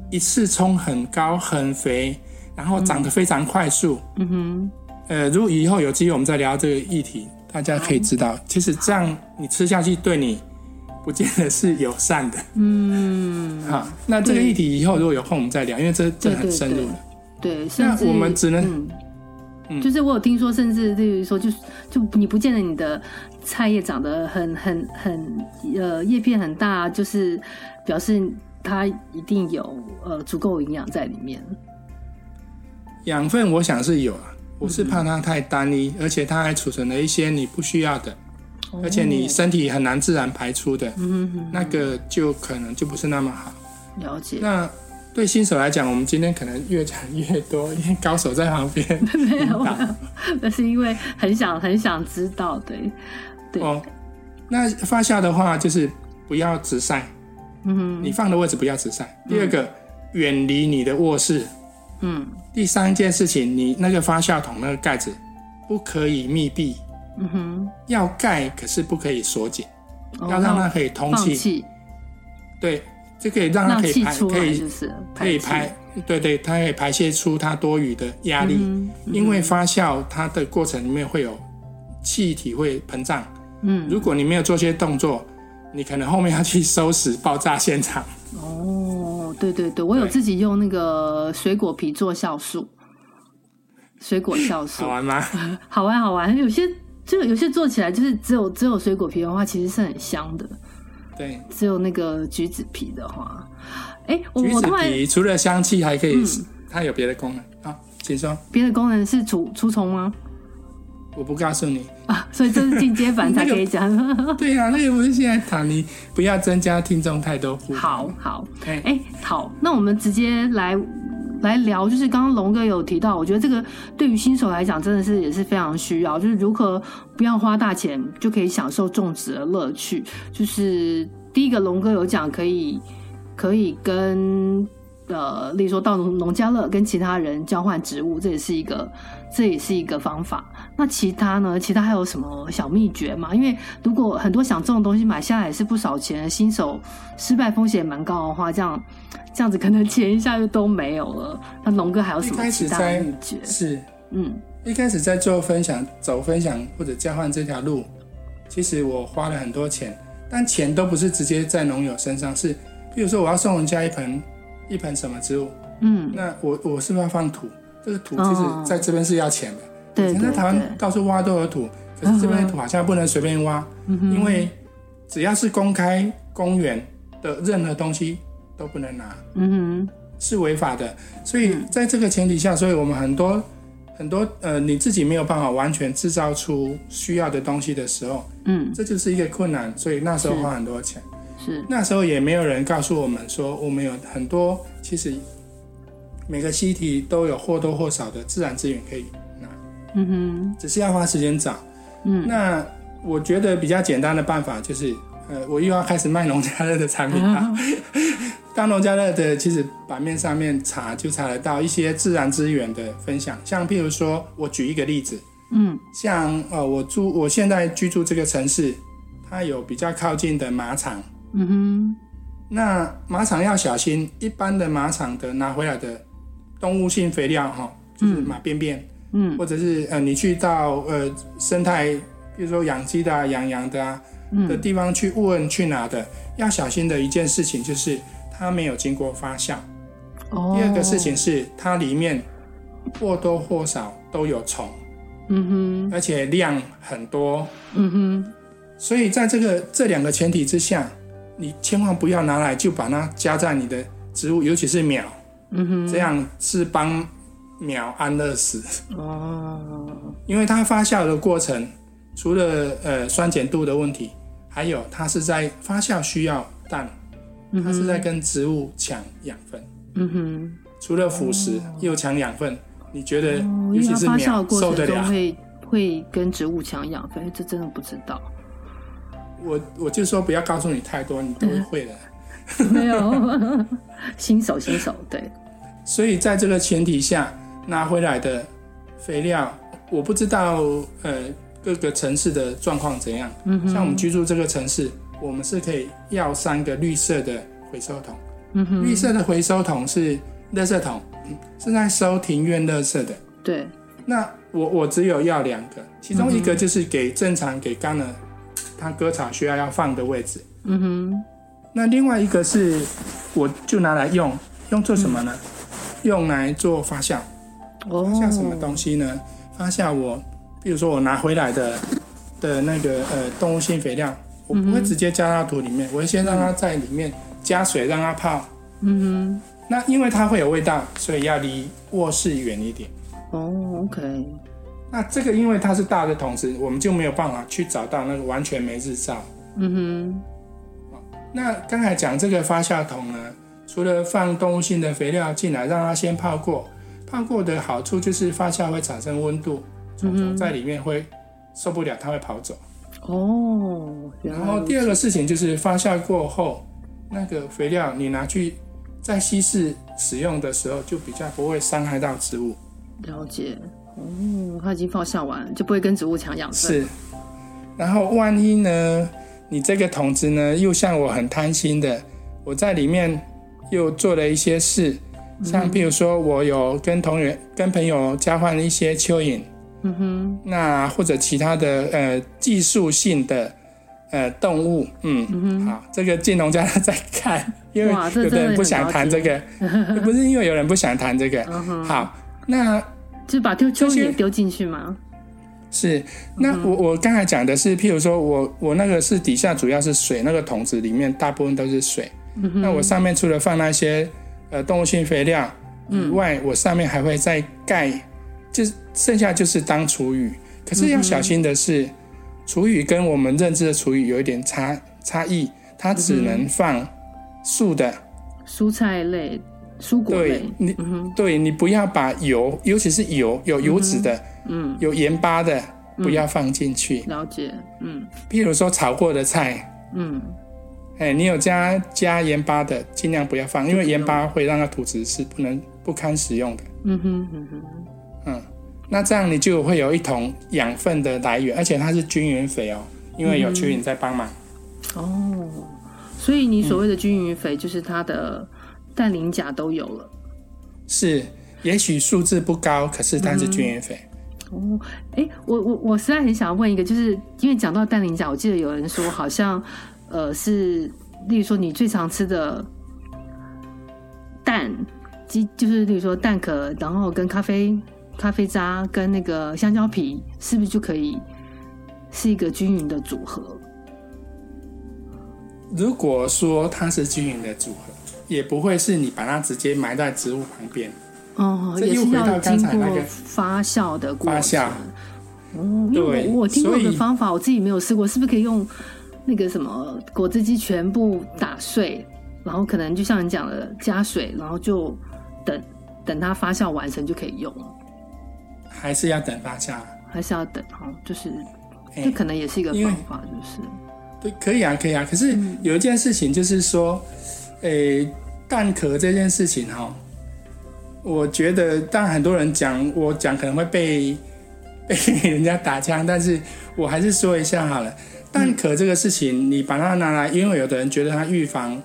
一次冲很高很肥，然后长得非常快速。嗯哼，呃，如果以后有机会我们再聊这个议题，大家可以知嗯道，其实这样你吃下去对你不见得是友善的。嗯，好，那这个议题以后如果有空我们再聊，因为这这对很深入了。对，甚至我们只能嗯嗯就是我有听说，甚至例如说，就是就你不见得你的菜叶长得很很很呃叶片很大，就是表示它一定有呃足够营养在里面。养分我想是有嗯啊，我是怕它太单一，而且它还储存了一些你不需要的，而且你身体很难自然排出的，哦嗯，那个就可能就不是那么好。了解。那对新手来讲，我们今天可能越讲越多，因为高手在旁边没有引导没有，那是因为很想很想知道，对，对哦。那发酵的话，就是不要直晒，嗯你放的位置不要直晒。第二个，远离你的卧室。嗯第三件事情，你那个发酵桶那个盖子不可以密闭，嗯哼，要盖可是不可以锁紧，哦要让它可以通放气。气，对，就可以让它让可以气排，出可来以就是可以气排，对对，它可以排泄出它多余的压力。嗯因为发酵它的过程里面会有气体会膨胀，嗯如果你没有做些动作，你可能后面要去收拾爆炸 现场。哦，对对对，我有对自己用那个水果皮做酵素，水果酵素好啊 玩吗？好啊玩好玩，有些就有些做起来就是只有只有水果皮的话，其实是很香的，对，只有那个橘子皮的话，哎，我橘我子突然嗯皮除了香气还可以，它有别的功能啊，请说。别的功能是除除虫吗？我不告诉你。啊，所以这是进阶 版才可以讲。对呀、那个不是现在谈，你不要增加听众太多负担。好，好，哎、哎、好，那我们直接来来聊，就是刚刚龙哥有提到，我觉得这个对于新手来讲，真的是也是非常需要，就是如何不要花大钱就可以享受种植的乐趣。就是第一个，龙哥有讲可以可以跟呃，例如说到农农家乐跟其他人交换植物，这也是一个这也是一个方法。那其他呢？其他还有什么小秘诀吗？因为如果很多想种的东西买下来也是不少钱，新手失败风险蛮高的话，这样这样子可能钱一下就都没有了。那龙哥还有什一么开其始他的在秘诀？是嗯一开始在做分享、走分享或者交换这条路，其实我花了很多钱，但钱都不是直接在农友身上，是比如说我要送人家一盆一盆什么植物，嗯，那我我是不是要放土？这个土其实哦在这边是要钱的。以对前对在台对，湾到处挖都有土，可是这边的土好像不能随便挖，嗯因为只要是公开公园的任何东西都不能拿，嗯是违法的。所以在这个前提下，所以我们很多很多呃你自己没有办法完全制造出需要的东西的时候，哼，嗯这就是一个困难。所以那时候是花很多钱。是，那时候也没有人告诉我们说，我们有很多其实每个西体都有或多或少的自然资源可以拿，嗯哼，只是要花时间找。嗯那我觉得比较简单的办法就是，呃，我又要开始卖农家乐的产品哦了。 当农家乐的其实版面上面查就查得到一些自然资源的分享，像譬如说，我举一个例子，嗯像呃，我住我现在居住这个城市，它有比较靠近的马场。嗯哼，那马场要小心，一般的马场的拿回来的动物性肥料哈，就是马便便，嗯或者是呃，你去到呃生态，比如说养鸡的、啊、养羊的啊嗯的地方去问去拿的，要小心的一件事情就是它没有经过发酵。哦，第二个事，情是它里面或多或少都有虫，嗯而且量很多，哼，嗯哼，所以在这个这两个前提之下，你千万不要拿来就把它加在你的植物，尤其是苗，嗯哼，这样是帮苗安乐死。哦，因为它发酵的过程，除了呃酸碱度的问题，还有它是在发酵需要氮，它是在跟植物抢养分。嗯除了腐蚀又抢养分，你觉得哼，尤哦因为其它是发酵鸟的过受得程中了？会会跟植物抢养分，这真的不知道。 我我就说不要告诉你太多，你都会的。嗯没有， 新手新手，对，所以在这个前提下，拿回来的肥料，我不知道呃各个城市的状况怎样。嗯哼，像我们居住这个城市，我们是可以要三个绿色的回收桶。嗯哼，绿色的回收桶是垃圾桶，嗯是在收庭院垃圾的。对，那我我只有要两个，其中一嗯个就是给正常给干了，它割草需要要放的位置。嗯哼，那另外一个是，我就拿来用，用做什么呢？嗯用来做发酵。哦，发酵什么东西呢？发酵我，比如说我拿回来的的那个呃动物性肥料，我嗯不会直接加到土里面，我会先让它在里面加水让它泡。嗯那因为它会有味道，所以要离卧室远一点。哼，哦，OK，那这个因为它是大的桶子，我们就没有办法去找到那个完全没日照。嗯那刚才讲这个发酵桶呢，除了放动物性的肥料进来，让它先泡过，泡过的好处就是发酵会产生温度，虫虫在里面会受不了，它会跑走。哼，哦，原然来后如第二个事情就是发酵过后，那个肥料你拿去在稀释使用的时候，就比较不会伤害到植物。了解，哦，它已经发酵完了，就不会跟植物抢养分，是，然后万一呢，你这个桶子呢，又像我很贪心的，我在里面又做了一些事，嗯像譬如说我有跟同学、跟朋友交换一些蚯蚓，嗯哼，那或者其他的呃技术性的。呃，动物，嗯，好，这个建农家他在看， 因为哇这有真的的人不很嗯想了谈这个，不是因为有人不想谈这个。好，那就是把丢这蚯蚓些也丢进去嘛，是，那嗯我我刚才讲的是，譬如说我我那个是底下主要是水，那个桶子里面大部分都是水。嗯那我上面除了放那些呃动物性肥料嗯以外，我上面还会再盖，就是剩下就是当厨余。可是要小心嗯的是，厨余跟我们认知的厨余有一点差差异，它嗯只能放素的。蔬菜类、蔬果嗯对类，你，对你不要把油，尤其是油有油脂的，嗯，有盐巴的，不要放进去。了解，嗯譬如说炒过的菜，嗯，哎，你有加加盐巴的，尽量不要放，因为盐巴会让它土质是不能不堪使用的。嗯哼嗯哼，嗯，那这样你就会有一桶养分的来源，而且它是均匀肥哦，因为有蚯蚓在帮忙。嗯哦，所以你所谓的均匀肥，就是它的氮磷钾都有了。是，也许数字不高，可是它是均匀肥。哦，哎，我我我实在很想问一个，就是因为讲到氮磷钾，我记得有人说好像，呃，是例如说你最常吃的蛋，鸡就是例如说蛋壳，然后跟咖啡咖啡渣跟那个香蕉皮，是不是就可以是一个均匀的组合？如果说它是均匀的组合，也不会是你把它直接埋在植物旁边。哦，这也又是回到要刚经才那过个发酵的过发程。酵哦，因为对我我听过所一个以方法，我自己没有试过，是不是可以用那个什么果汁机全部打碎，然后可能就像你讲的加水，然后就等等它发酵完成就可以用了，还是要等发酵啊。还是要等哦？就是哎这可能也是一个因为方法，就是对，可以啊，可以啊。可是有一件事情就是说，诶、蛋壳这件事情哈、我觉得，当然很多人讲我讲可能会被 被人家打枪，但是我还是说一下好了。蛋壳这个事情，你把它拿来，因为有的人觉得它预防，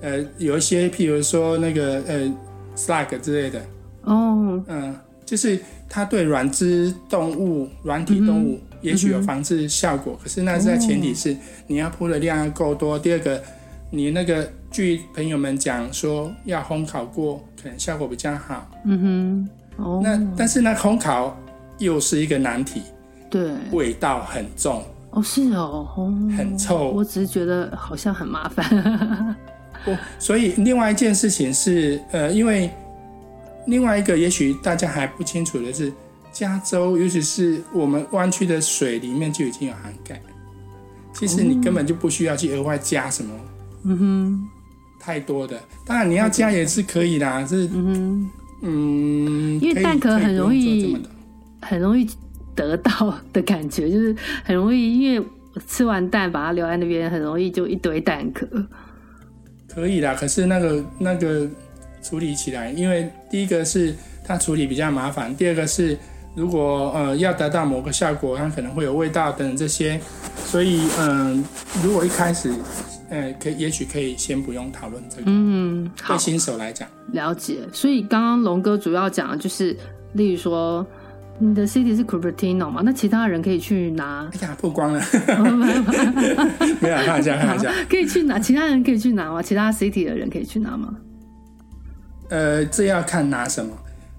呃，有一些譬如说那个呃 slug 之类的，哦，嗯，就是它对软肢动物、软体动物也许有防治效果，可是那是在前提是你要铺的量要够多。第二个，你那个据朋友们讲说要烘烤过，可能效果比较好。嗯哼，哦，那但是呢，烘烤又是一个难题，对，味道很重，哦是哦，哦很臭我只是觉得好像很麻烦，我所以另外一件事情是，呃，因为另外一个也许大家还不清楚的是，加州尤其是我们湾区的水里面就已经有涵盖，其实你根本就不需要去额外加什么嗯哼。太多的。当然你要加也是可以啦，是嗯嗯，因为可以蛋壳可以很不容用做易这么多哼，很容易得到的感觉，就是很容易，因为我吃完蛋把它留在那边，很容易就一堆蛋壳。可以啦，可是那个那个处理起来，因为第一个是它处理比较麻烦，第二个是如果呃要达到某个效果，它可能会有味道等等这些，所以嗯、如果一开始呃可也许可以先不用讨论这个，嗯，好对，新手来讲，了解。所以刚刚龙哥主要讲的就是，例如说。你的 city 是 Cupertino 嘛？那其他人可以去拿，哎呀，曝光了， 没有啦，看一下看一下，可以去 拿，其他人可以去拿吗？其他 city 的人可以去拿吗？呃，这要看拿什么。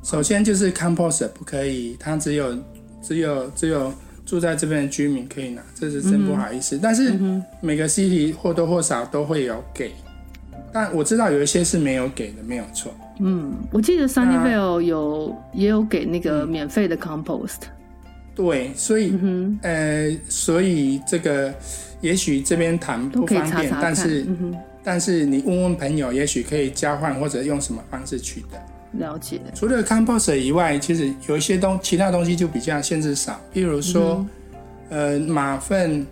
首先就是 compost 不可以，它只有只有只有住在这边的居民可以拿，这是真不好意嗯思。但是每个 city 或多或少都会有给，但我知道有一些是没有给的，没有错。嗯，我记得 Sunnyvale 有、也有给那嗯个免费的 compost。对，所以、嗯呃，所以这个也许这边谈都不可以方查便，查看，但是、嗯哼，但是你问问朋友，也许可以交换或者用什么方式取得。了解，除了 compost 以外，其实有一些东其他东西就比较限制少，比如嗯说，呃，马粪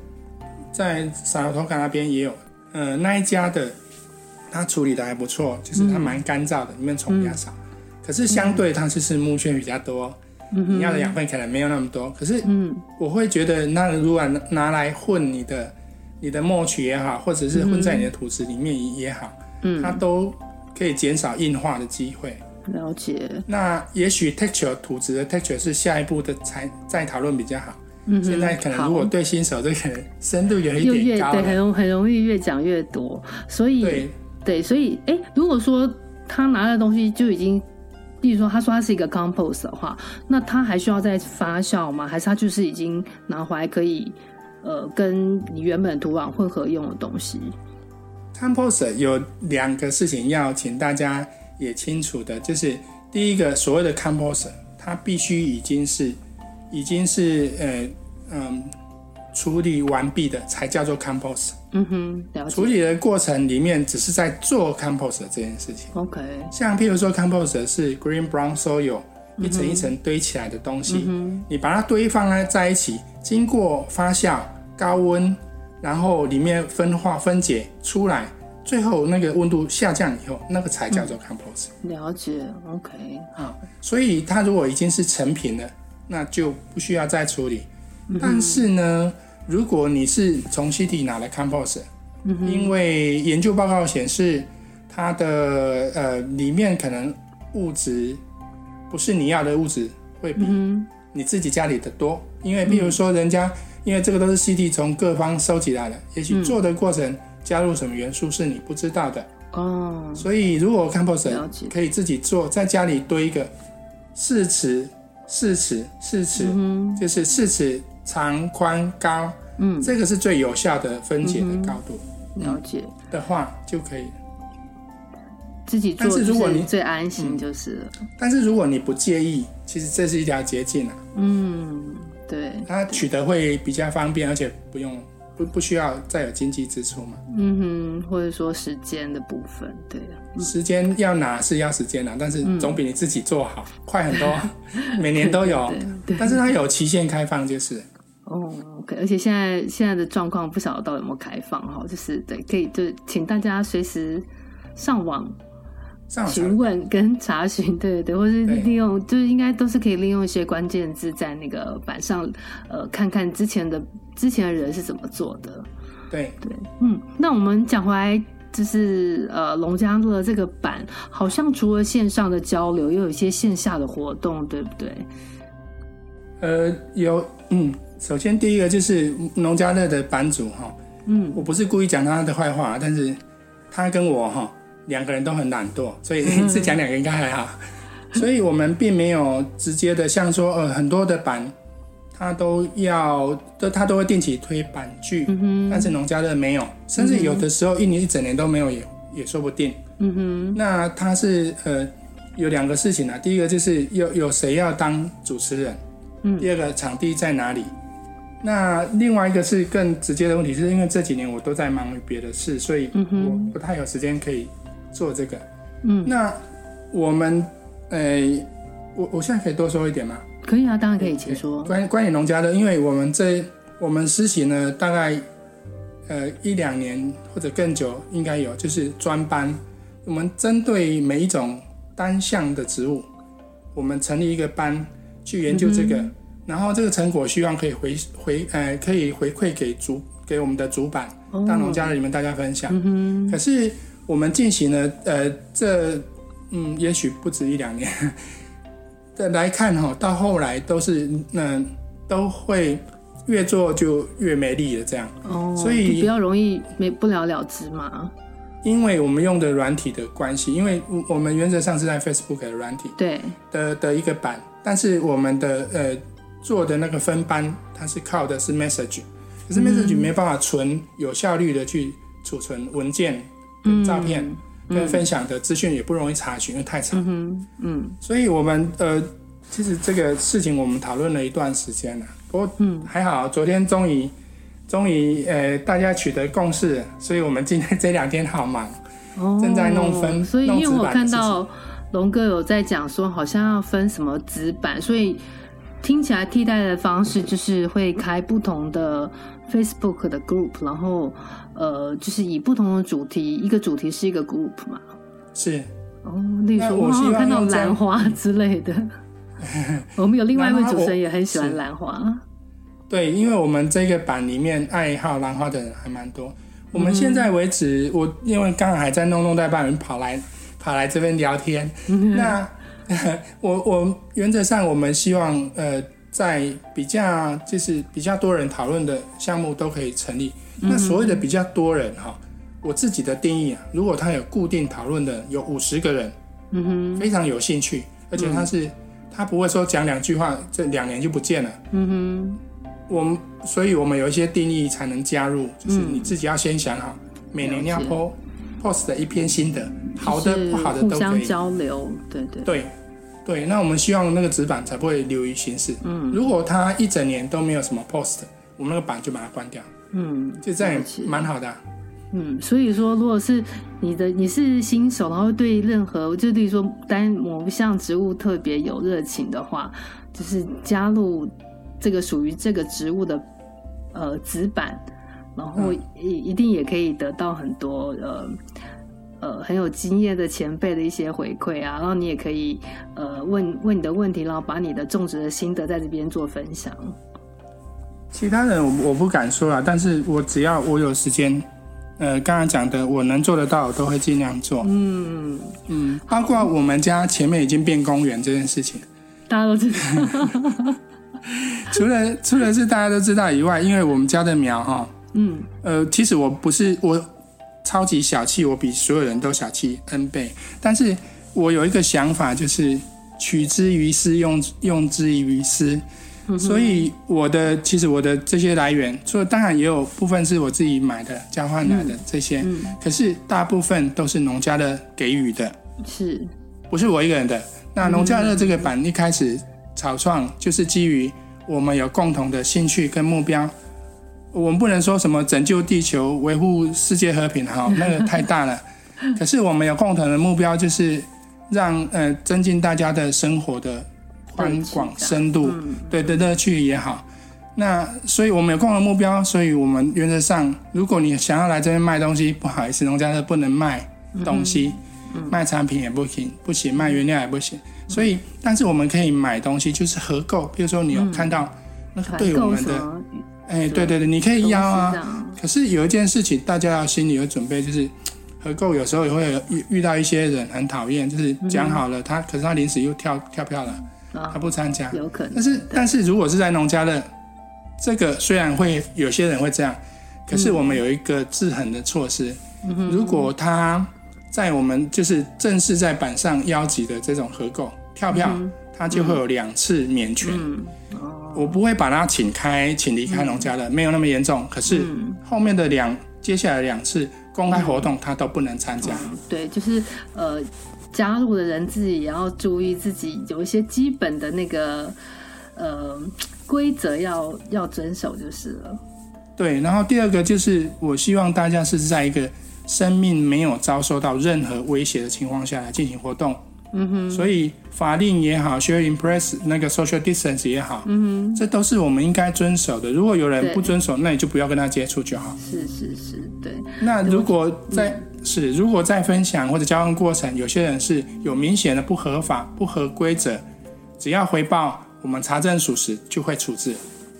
在萨拉托卡那边也有，呃，那一家的它处理的还不错，就是嗯它蛮干燥的，里面虫比较少，可是相对它就是木屑比较多，你要的养分可能没有那么多。可是嗯，我会觉得，那如果拿来混你的你的默取也好，或者是混在你的土质里面也好，嗯它都可以减少硬化的机会。了解，那也许 texture 土质的 texture 是下一步的才再讨论比较好。嗯，现在可能如果对新手这个深度有又一越点高对，很了，容很容易越讲越多，所以对对所以哎，如果说他拿的东西就已经。例如说，他说他是一个 compost 的话，那他还需要再发酵吗？还是他就是已经拿回来可以，呃，跟你原本土壤混合用的东西？ compost 有两个事情要请大家也清楚的，就是第一个所谓的 compost，它必须已经是已经是呃嗯处理完毕的才叫做 compost。嗯哼，了解。处理的过程里面只是在做 compost 这件事情。 OK，像譬如说 compost 是 green brown soil 一层一层堆起来的东西，你把它堆放在在一起，经过发酵、高温，然后里面分化分解出来，最后那个温度下降以后，那个才叫做 compost。了解，OK，啊，所以它如果已经是成品了，那就不需要再处理。但是呢，如果你是从西体拿来 compost，、因为研究报告显示它的呃里面可能物质不是你要的物质会比你自己家里的多，因为比如说人家、因为这个都是西体从各方收集来的，也许做的过程加入什么元素是你不知道的。哦，所以如果 compost 了解可以自己做，在家里堆一个四尺、四尺、四尺，嗯就是四尺长、宽、高，嗯，这个是最有效的分解的高度了解，的话就可以了。自己做但是就如果是你嗯最安心就是了，但是如果你不介意，其实这是一条捷径啊，嗯，对，它取得会比较方便，而且不用不不需要再有经济支出嘛。嗯哼，或者说时间的部分，对，时间要拿是要时间拿，但是嗯总比你自己做好、快 很多，每年都有对。对但是它有期限开放，就是了哦，OK，而且现在现在的状况不晓得到底有没有开放哈，就是对，可以就请大家随时上网上网查询问跟查询，对对对，或是对利用，就是应该都是可以利用一些关键字在那个板上，呃，看看之前的之前的人是怎么做的，对，对，嗯，那我们讲回来，就是呃，龙家乐的这个版，好像除了线上的交流，又有一些线下的活动，对不对？呃，有，嗯，首先第一个就是农家乐的版主哈，嗯，我不是故意讲他的坏话，但是他跟我哈两个人都很懒惰，所以嗯 只讲两个应该还好，所以我们并没有直接的像说呃很多的版，他都要都他都会定期推版剧，嗯但是农家乐没有，甚至有的时候一年一整年都没有也也说不定。嗯那他是呃有两个事情啊，第一个就是有有谁要当主持人，嗯第二个场地在哪里。那另外一个是更直接的问题，是因为这几年我都在忙于别的事，所以我不太有时间可以做这个。嗯，那我们，呃，我我现在可以多说一点吗？可以啊，当然可以，请说。关关于农家乐，因为我们这我们实习呢，大概呃一两年或者更久应该有，就是专班，我们针对每一种单项的植物，我们成立一个班去研究这嗯个，然后这个成果希望可以回回呃可以回馈给主给我们的主板，哦到农家乐里面大家分享。嗯可是我们进行了呃这嗯，也许不止一两年 的来看哈、到后来都是嗯、都会越做就越没力了这样，哼，哦，所以就比较容易没不了了之嘛。因为我们用的软体的关系，因为我我们原则上是在 Facebook 的软体对，的的一个版，但是我们的呃做的那个分班，它是靠的是 Message，嗯可是 Message 没办法存有效率的去储存文件、嗯，照片。跟分享的资讯也不容易查询，因为太长。嗯哼，嗯所以我们呃，其实这个事情我们讨论了一段时间了，不过嗯，还好，昨天终于终于呃大家取得共识，所以我们今天这两天好忙。哦，正在弄分所以因为弄纸我板的看事情到龙哥有在讲说，好像要分什么纸板，所以听起来替代的方式就是会开不同的 Facebook 的 group，然后呃，就是以不同的主题，一个主题是一个 group 嘛。是，哦，例如那说我我好像希望看到用这样兰花之类 的。我们有另外一位兰花主持人我也很喜欢是兰花，对，因为我们这个版里面爱好兰花的人还蛮多。我们现在为止，我因为刚刚还在弄弄代办人跑来跑来这边聊天，嗯那 我我原则上我们希望呃，在比较就是比较多人讨论的项目都可以成立。嗯那所谓的比较多人哈、我自己的定义啊，如果他有固定讨论的有五十个人，嗯哼，嗯非常有兴趣，而且他是、他不会说讲两句话，这两年就不见了。嗯我们，所以我们有一些定义才能加入，就是你自己要先想好，每年嗯要了解 po post 的一篇新的，哼，好的就是不好的互都可相以。交流，对对，对，对，那我们希望那个纸板才不会流于形式。嗯如果它一整年都没有什么 post，我们那个板就把它关掉，嗯，就这样了解也蛮好的啊、嗯，所以说，如果是你的你是新手，然后对任何就例如说单某一项植物特别有热情的话，就是加入这个属于这个植物的呃子板，然后嗯一一定也可以得到很多呃呃很有经验的前辈的一些回馈啊，然后你也可以呃问问你的问题，然后把你的种植的心得在这边做分享。其他人我我不敢说啊，但是我只要我有时间，呃，刚刚讲的我能做得到，我都会尽量做。嗯，嗯，包括我们家前面已经变公园这件事情。大家都 知道，除了除了是大家都知道以外，因为我们家的苗哈，嗯呃，其实我不是我超级小气，我比所有人都小气 n 倍，但是我有一个想法，就是取之于丝，用用之于丝。嗯所以我的其实我的这些来源，除了当然也有部分是我自己买的交换来的这些，嗯，可是大部分都是农家的给予的。是，不是我一个人的。那农家乐这个版一开始草创就是基于我们有共同的兴趣跟目标，我们不能说什么拯救地球、维护世界和平，哈，那个太大了。可是我们有共同的目标，就是让呃增进大家的生活的宽广乐趣深度，嗯对的乐趣也好。那所以我们有共同的目标，所以我们原则上，如果你想要来这边卖东西，不好意思，农家乐不能卖东西，卖产品也不行，不行卖原料也不行。所以，但是我们可以买东西，就是合购。比如说，你有看到那个嗯团对我购们什的，么哎，对对对，你可以邀东西啊。这样可是有一件事情，大家要心里有准备，就是合购有时候也会有遇遇到一些人很讨厌，就是讲好了他，可是他临时又跳跳票了，他啊，不参加。有可但能是但是如果是在农家乐，这个虽然会有些人会这样，可是我们有一个制衡的措施。如果他在我们就是正式在板上邀集的这种合购跳票，他就会有两次免权。嗯我不会把他请开，请离开农家乐，没有那么严重。可是嗯后面的两接下来两次公开活动，他都不能参加。对，就是呃，加入的人自己也要注意自己有一些基本的那个呃规则要要遵守就是了。对，然后第二个就是我希望大家是在一个生命没有遭受到任何威胁的情况下来进行活动。嗯哼，所以法令也好，share in press 那个 social distance 也好，嗯这都是我们应该遵守的。如果有人对不遵守，那你就不要跟他接触就好哼，。是是是，对，那如果在嗯是如果在分享或者交换过程，有些人是有明显的不合法、不合规则，只要回报我们查证属实就会处置，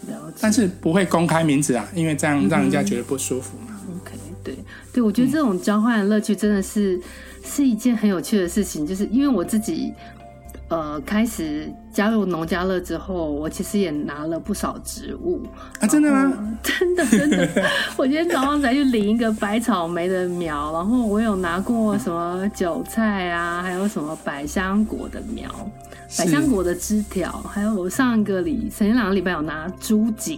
了解但。是不会公开名字啊，因为这样让人嗯家觉得不舒服嘛。 OK，对对，我觉得这种交换的乐趣真的是、是一件很有趣的事情，就是因为我自己呃开始加入农家乐之后，我其实也拿了不少植物，啊，真的吗？嗯真的真的， 我今天早上才去领一个白草莓的苗，然后我有拿过什么韭菜啊，还有什么百香果的苗、哦百香果的枝条，还有我上个礼前两个礼拜有拿猪颈，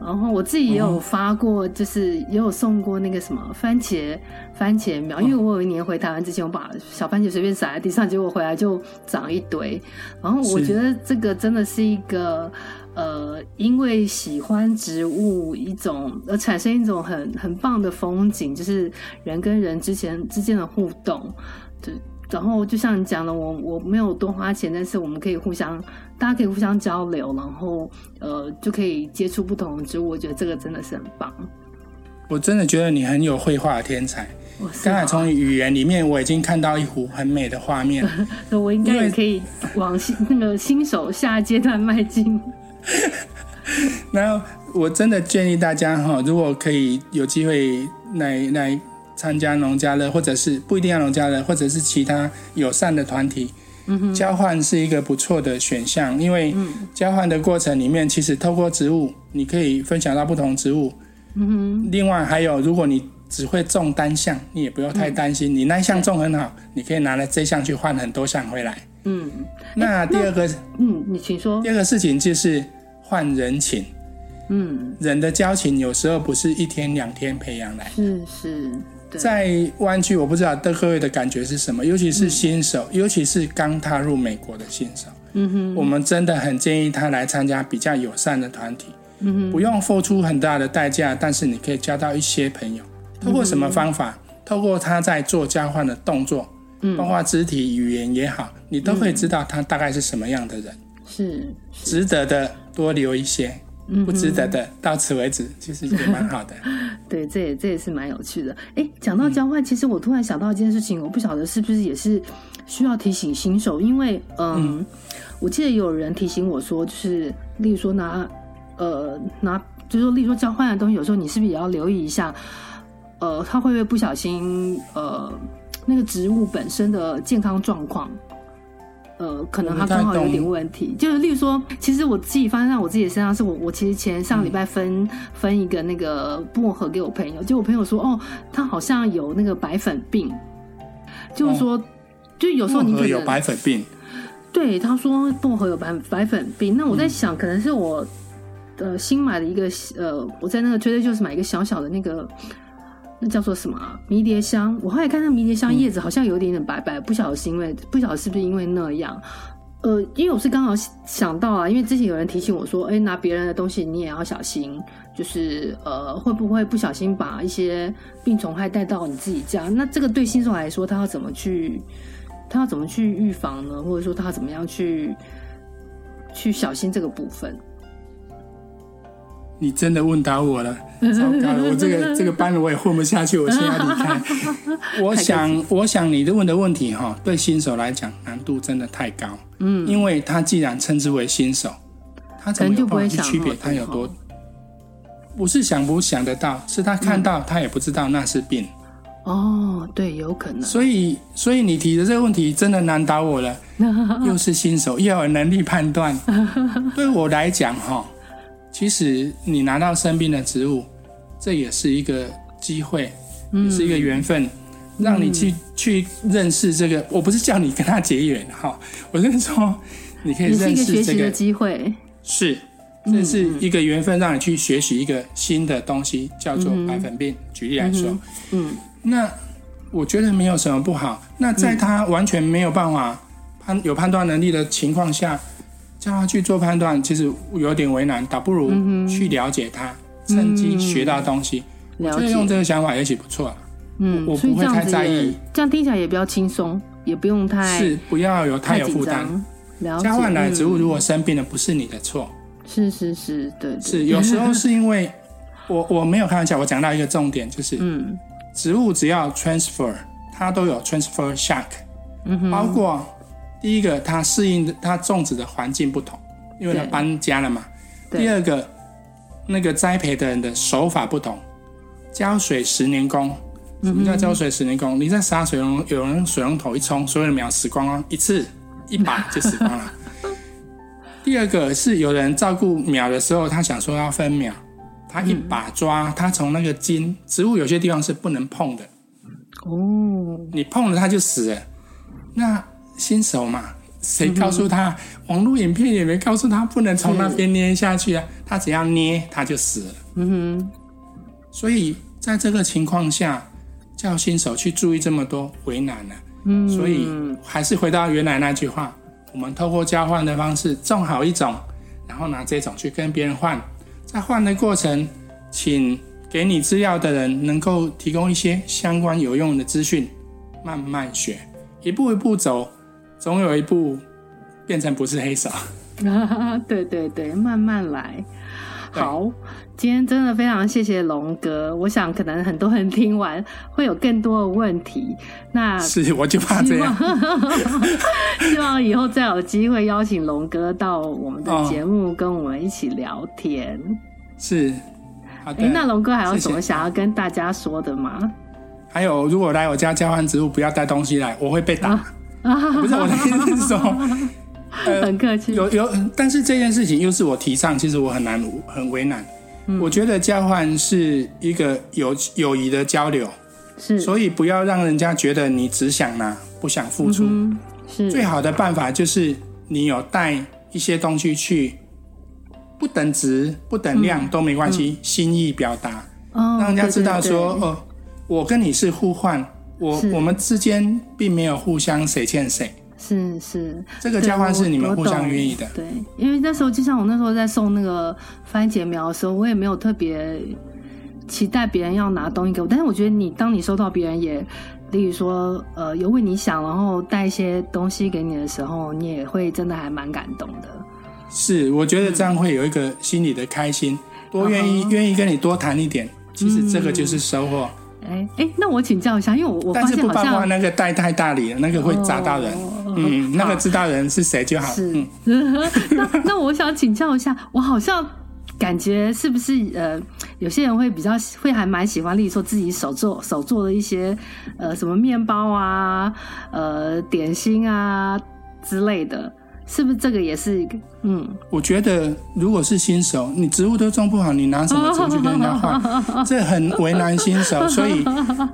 然后我自己也有发过，就是也有送过那个什么番茄番茄哦苗，因为我有一年回台湾之前，我把小番茄随便撒在地上，结果回来就长一堆。然后我是觉得这个真的是一个呃，因为喜欢植物一种而产生一种很很棒的风景，就是人跟人之前之间的互动，对。然后就像你讲的，我我没有多花钱，但是我们可以互相，大家可以互相交流，然后呃就可以接触不同的植物，我觉得这个真的是很棒。我真的觉得你很有绘画的天才。哇是刚才吗从语言里面我已经看到一幅很美的画面，所以我应因该为也可以往新那个新手下阶段迈进。那我真的建议大家哈，如果可以有机会来来参加农家乐，或者是不一定要农家乐，或者是其他友善的团体，嗯哼，嗯交换是一个不错的选项。因为交换的过程里面，其实透过植物，你可以分享到不同植物。嗯另外还有，如果你只会种单项，你也不要太担心，你那一项种很好，你可以拿来这项去换很多项回来。哼，嗯那第二个嗯，你请说第。二个事情就是换人情。嗯，人的交情有时候不是一天两天培养来。是是，对，在湾区，我不知道各位的感觉是什么，尤其是新手，尤其是刚踏入美国的新手，嗯哼，我们真的很建议他来参加比较友善的团体，嗯哼，不用付出很大的代价，但是你可以交到一些朋友。嗯透过什么方法？透过他在做交换的动作，包嗯，括肢体语言也好，你都可以知道他大概是什么样的人。是是，值得的多留一些，嗯不值得的到此为止，其实也蛮 好的。对，这也这也是蛮有趣的。哎，讲到交换，其实我突然想到一件事情，我不晓得是不是也是需要提醒新手，因为嗯，我记得有人提醒我说，就是例如说拿呃拿，就是说例如说交换的东西，有时候你是不是也要留意一下，呃，它会不会不小心呃那个植物本身的健康状况。呃，可能它我不太刚好有懂点问题，就是例如说，其实我自己发现在我自己的身上，是我我其实前上礼拜嗯分、分一个那个薄荷给我朋友，结果我朋友说，哦，他好像有那个白粉病，就是说，就有时候你可嗯薄荷能有白粉病，对，他说薄荷有白白粉病，那我嗯在想，可能是我呃新买的一个呃，我在那个 Trader Joe's 买一个小小的那个。那叫做什么、啊、迷迭香？我后来看那迷迭嗯香叶子好像有一点点白白，不晓得是因为不晓得是不是因为那样。呃，因为我是刚好想到啊，因为之前有人提醒我说，哎、拿别人的东西你也要小心，就是呃，会不会不小心把一些病虫害带到你自己家？那这个对新手来说，他要怎么去，他要怎么去预防呢？或者说他要怎么样去去小心这个部分？你真的问倒 我了，糟糕了，我这个这个班我也混不下去，我先要离 开。我想，我想你的问的问题哈、对新手来讲难度真的太高，嗯，因为他既然称之为新手，他可怎能么就不会有办法去想区那别么他有多多？不是想不想得到，是他看嗯到、他也不知道那是病，哦，对，有可能。所以，所以你提的这个问题真的难倒 我了。又是新手，又要有能力判断。对我来讲，哈，其实你拿到生病的植物，这也是一个机会，嗯也是一个缘分，让你去去认识这个。我不是叫你跟他结缘，哈，我是说你可以也是一认个学识这习的个，机会，是嗯这是一个缘分，让你去学习一个新的东西，叫做白粉病。举例来说，嗯，那我觉得没有什么不好。那在他完全没有办法判有判断能力的情况下，叫他去做判断，其实有点为难，倒不如嗯去了解他，趁机学到东西。了就是嗯解。用这个想法也许不错啊。嗯，我所以不这样会太子在也意这样听起来也比较轻松，也不用太是不要有太有哎紧负担。张。了解，交换来的植物嗯如果生病了，不是你的错，是是是，对，对是有时候是因为我我没有开玩笑，我讲到一个重点，就是嗯植物只要 transfer，它都有 transfer shock，、嗯哼，包括第一个它适应的它种植的环境不同，因为它对搬家了嘛。对第二个，那个栽培的人的手法不同，浇水十年功。嗯什么叫浇水十年功？你在洒水龙，有人用水龙头一冲，所有的苗死光光，一次一把就死光了。第二个是有人照顾苗的时候，他想说要分苗，他一把抓，他从那个茎，植物有些地方是不能碰的，哦，你碰了它就死了。那新手嘛，谁告诉他？网络影片也没告诉他不能从那边捏下去啊，他只要捏他就死了。嗯哼，所以在这个情况下，叫新手去注意这么多，为难了、啊嗯，所以还是回到原来那句话，我们透过交换的方式种好一种，然后拿这种去跟别人换，在换的过程，请给你资料的人能够提供一些相关有用的资讯，慢慢学，一步一步走，总有一步变成不是黑手。 啊对对对，慢慢来。对好，今天真的非常谢谢龙哥，我想可能很多人听完会有更多的问题， 那是，我就怕这希样望。希望以后再有机会邀请龙哥到我们的哦节目跟我们一起聊天。是，好的。哎、那龙哥还有谢什谢么想要跟大家说的吗？还有，如果来我家交换植物，不要带东西来，我会被打。啊不是我的意思是说， 很客气，呃有有，但是这件事情又是我提倡，其实我很难很为难。嗯我觉得交换是一个友友谊的交流，是所以不要让人家觉得你只想拿不想付出。嗯，是最好的办法就是你有带一些东西去，不等值、不等量都没关系，心意表达。嗯哦让人家知道对对说，对哦，我跟你是互换，我是我们之间并没有互相谁欠谁，是是，这个交换是你们互相愿愿意意的。对，因为那时候就像我那时候在送那个番茄苗的时候，我也没有特别期待别人要拿东西给我，但是我觉得你当你收到别人也，例如说呃有为你想，然后带一些东西给你的时候，你也会真的还蛮感动的。是，我觉得这样会有一个心里的开心，多愿意嗯哼愿意跟你多谈一点，其实这个就是收获，哎哎，那我请教一下，因为我我但发是现不好包括像那个带太大礼了，那个会砸到人。哦嗯，那个好知道人是谁就好。是嗯， 那那我想请教一下，我好像感觉是不是呃，有些人会比较会还蛮喜欢，例如说自己手做手做的一些呃什么面包啊、呃点心啊之类的，是不是这个也是一个嗯我觉得如果是新手，你植物都种不好，你拿什么植物去跟人家 换？这很为难新手。所以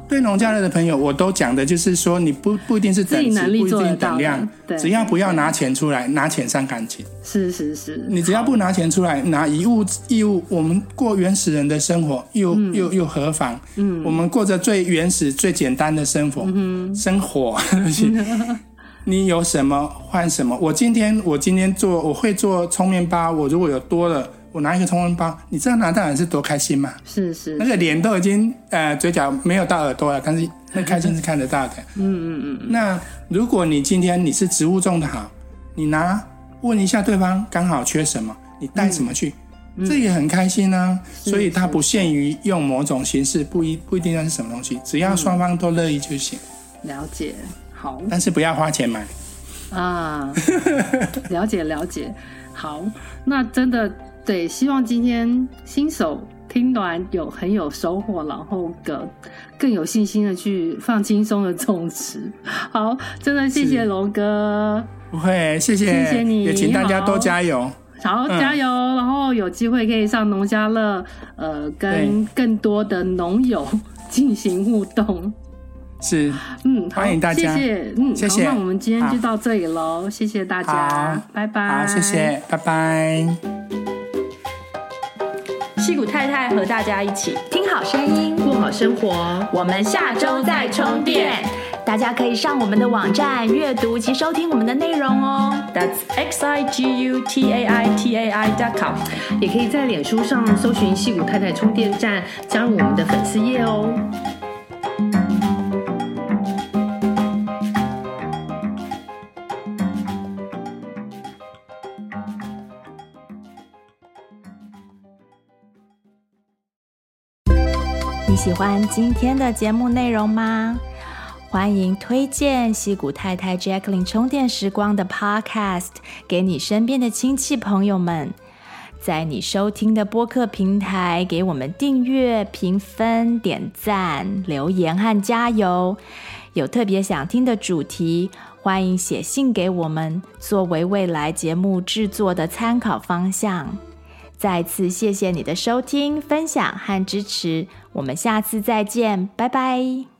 对农家乐的朋友，我都讲的就是说，你不不一定是等自己值，能力不一做得定到的等量对，只要不要拿钱出来，拿钱伤感情。是是是你只要不拿钱出来，拿一物义务，我们过原始人的生活又、又又何妨？嗯，我们过着最原始、最简单的生活，嗯、生 活。对不起你有什么换什么。我今天我今天做我会做葱面包，我如果有多了，我拿一个葱面包，你知道拿到人是多开心吗？是是那个脸都已经呃嘴角没有到耳朵了，但是那开心是看得到的。嗯嗯嗯。那如果你今天你是植物种的好，你拿问一下对方刚好缺什么，你带嗯什么去，这也很开心啊。所以它不限于用某种形式，不一不一定要是什么东西，只嗯要双方都乐意就行，了解好。但是不要花钱买。啊，了解了解。好，那真的对，希望今天新手听完有很有收获，然后更更有信心的去放轻松的种植。好，真的谢谢是龙哥，不会，谢谢，谢谢你也请大家好多加油。好嗯加油！然后有机会可以上农家乐，呃，跟更多的农友进行互动。是，嗯，好欢迎大家谢谢，嗯，谢谢好，那我们今天好就到这里喽，谢谢大家好，拜拜，好，谢谢，拜拜。戏骨太太和大家一起听好声音，过好生活。我们下周再充电。大家可以上我们的网站阅读及收听我们的内容哦。 That's x i g u t a i t a i dot com。也可以在脸书上搜寻戏骨太太充电站，加入我们的粉丝页哦。你喜欢今天的节目内容吗？欢迎推荐西谷太太 Jacqueline 充电时光的 Podcast 给你身边的亲戚朋友们，在你收听的播客平台给我们订阅、评分、点赞、留言和加油。有特别想听的主题，欢迎写信给我们，作为未来节目制作的参考方向。再次谢谢你的收听、分享和支持，我们下次再见，拜拜。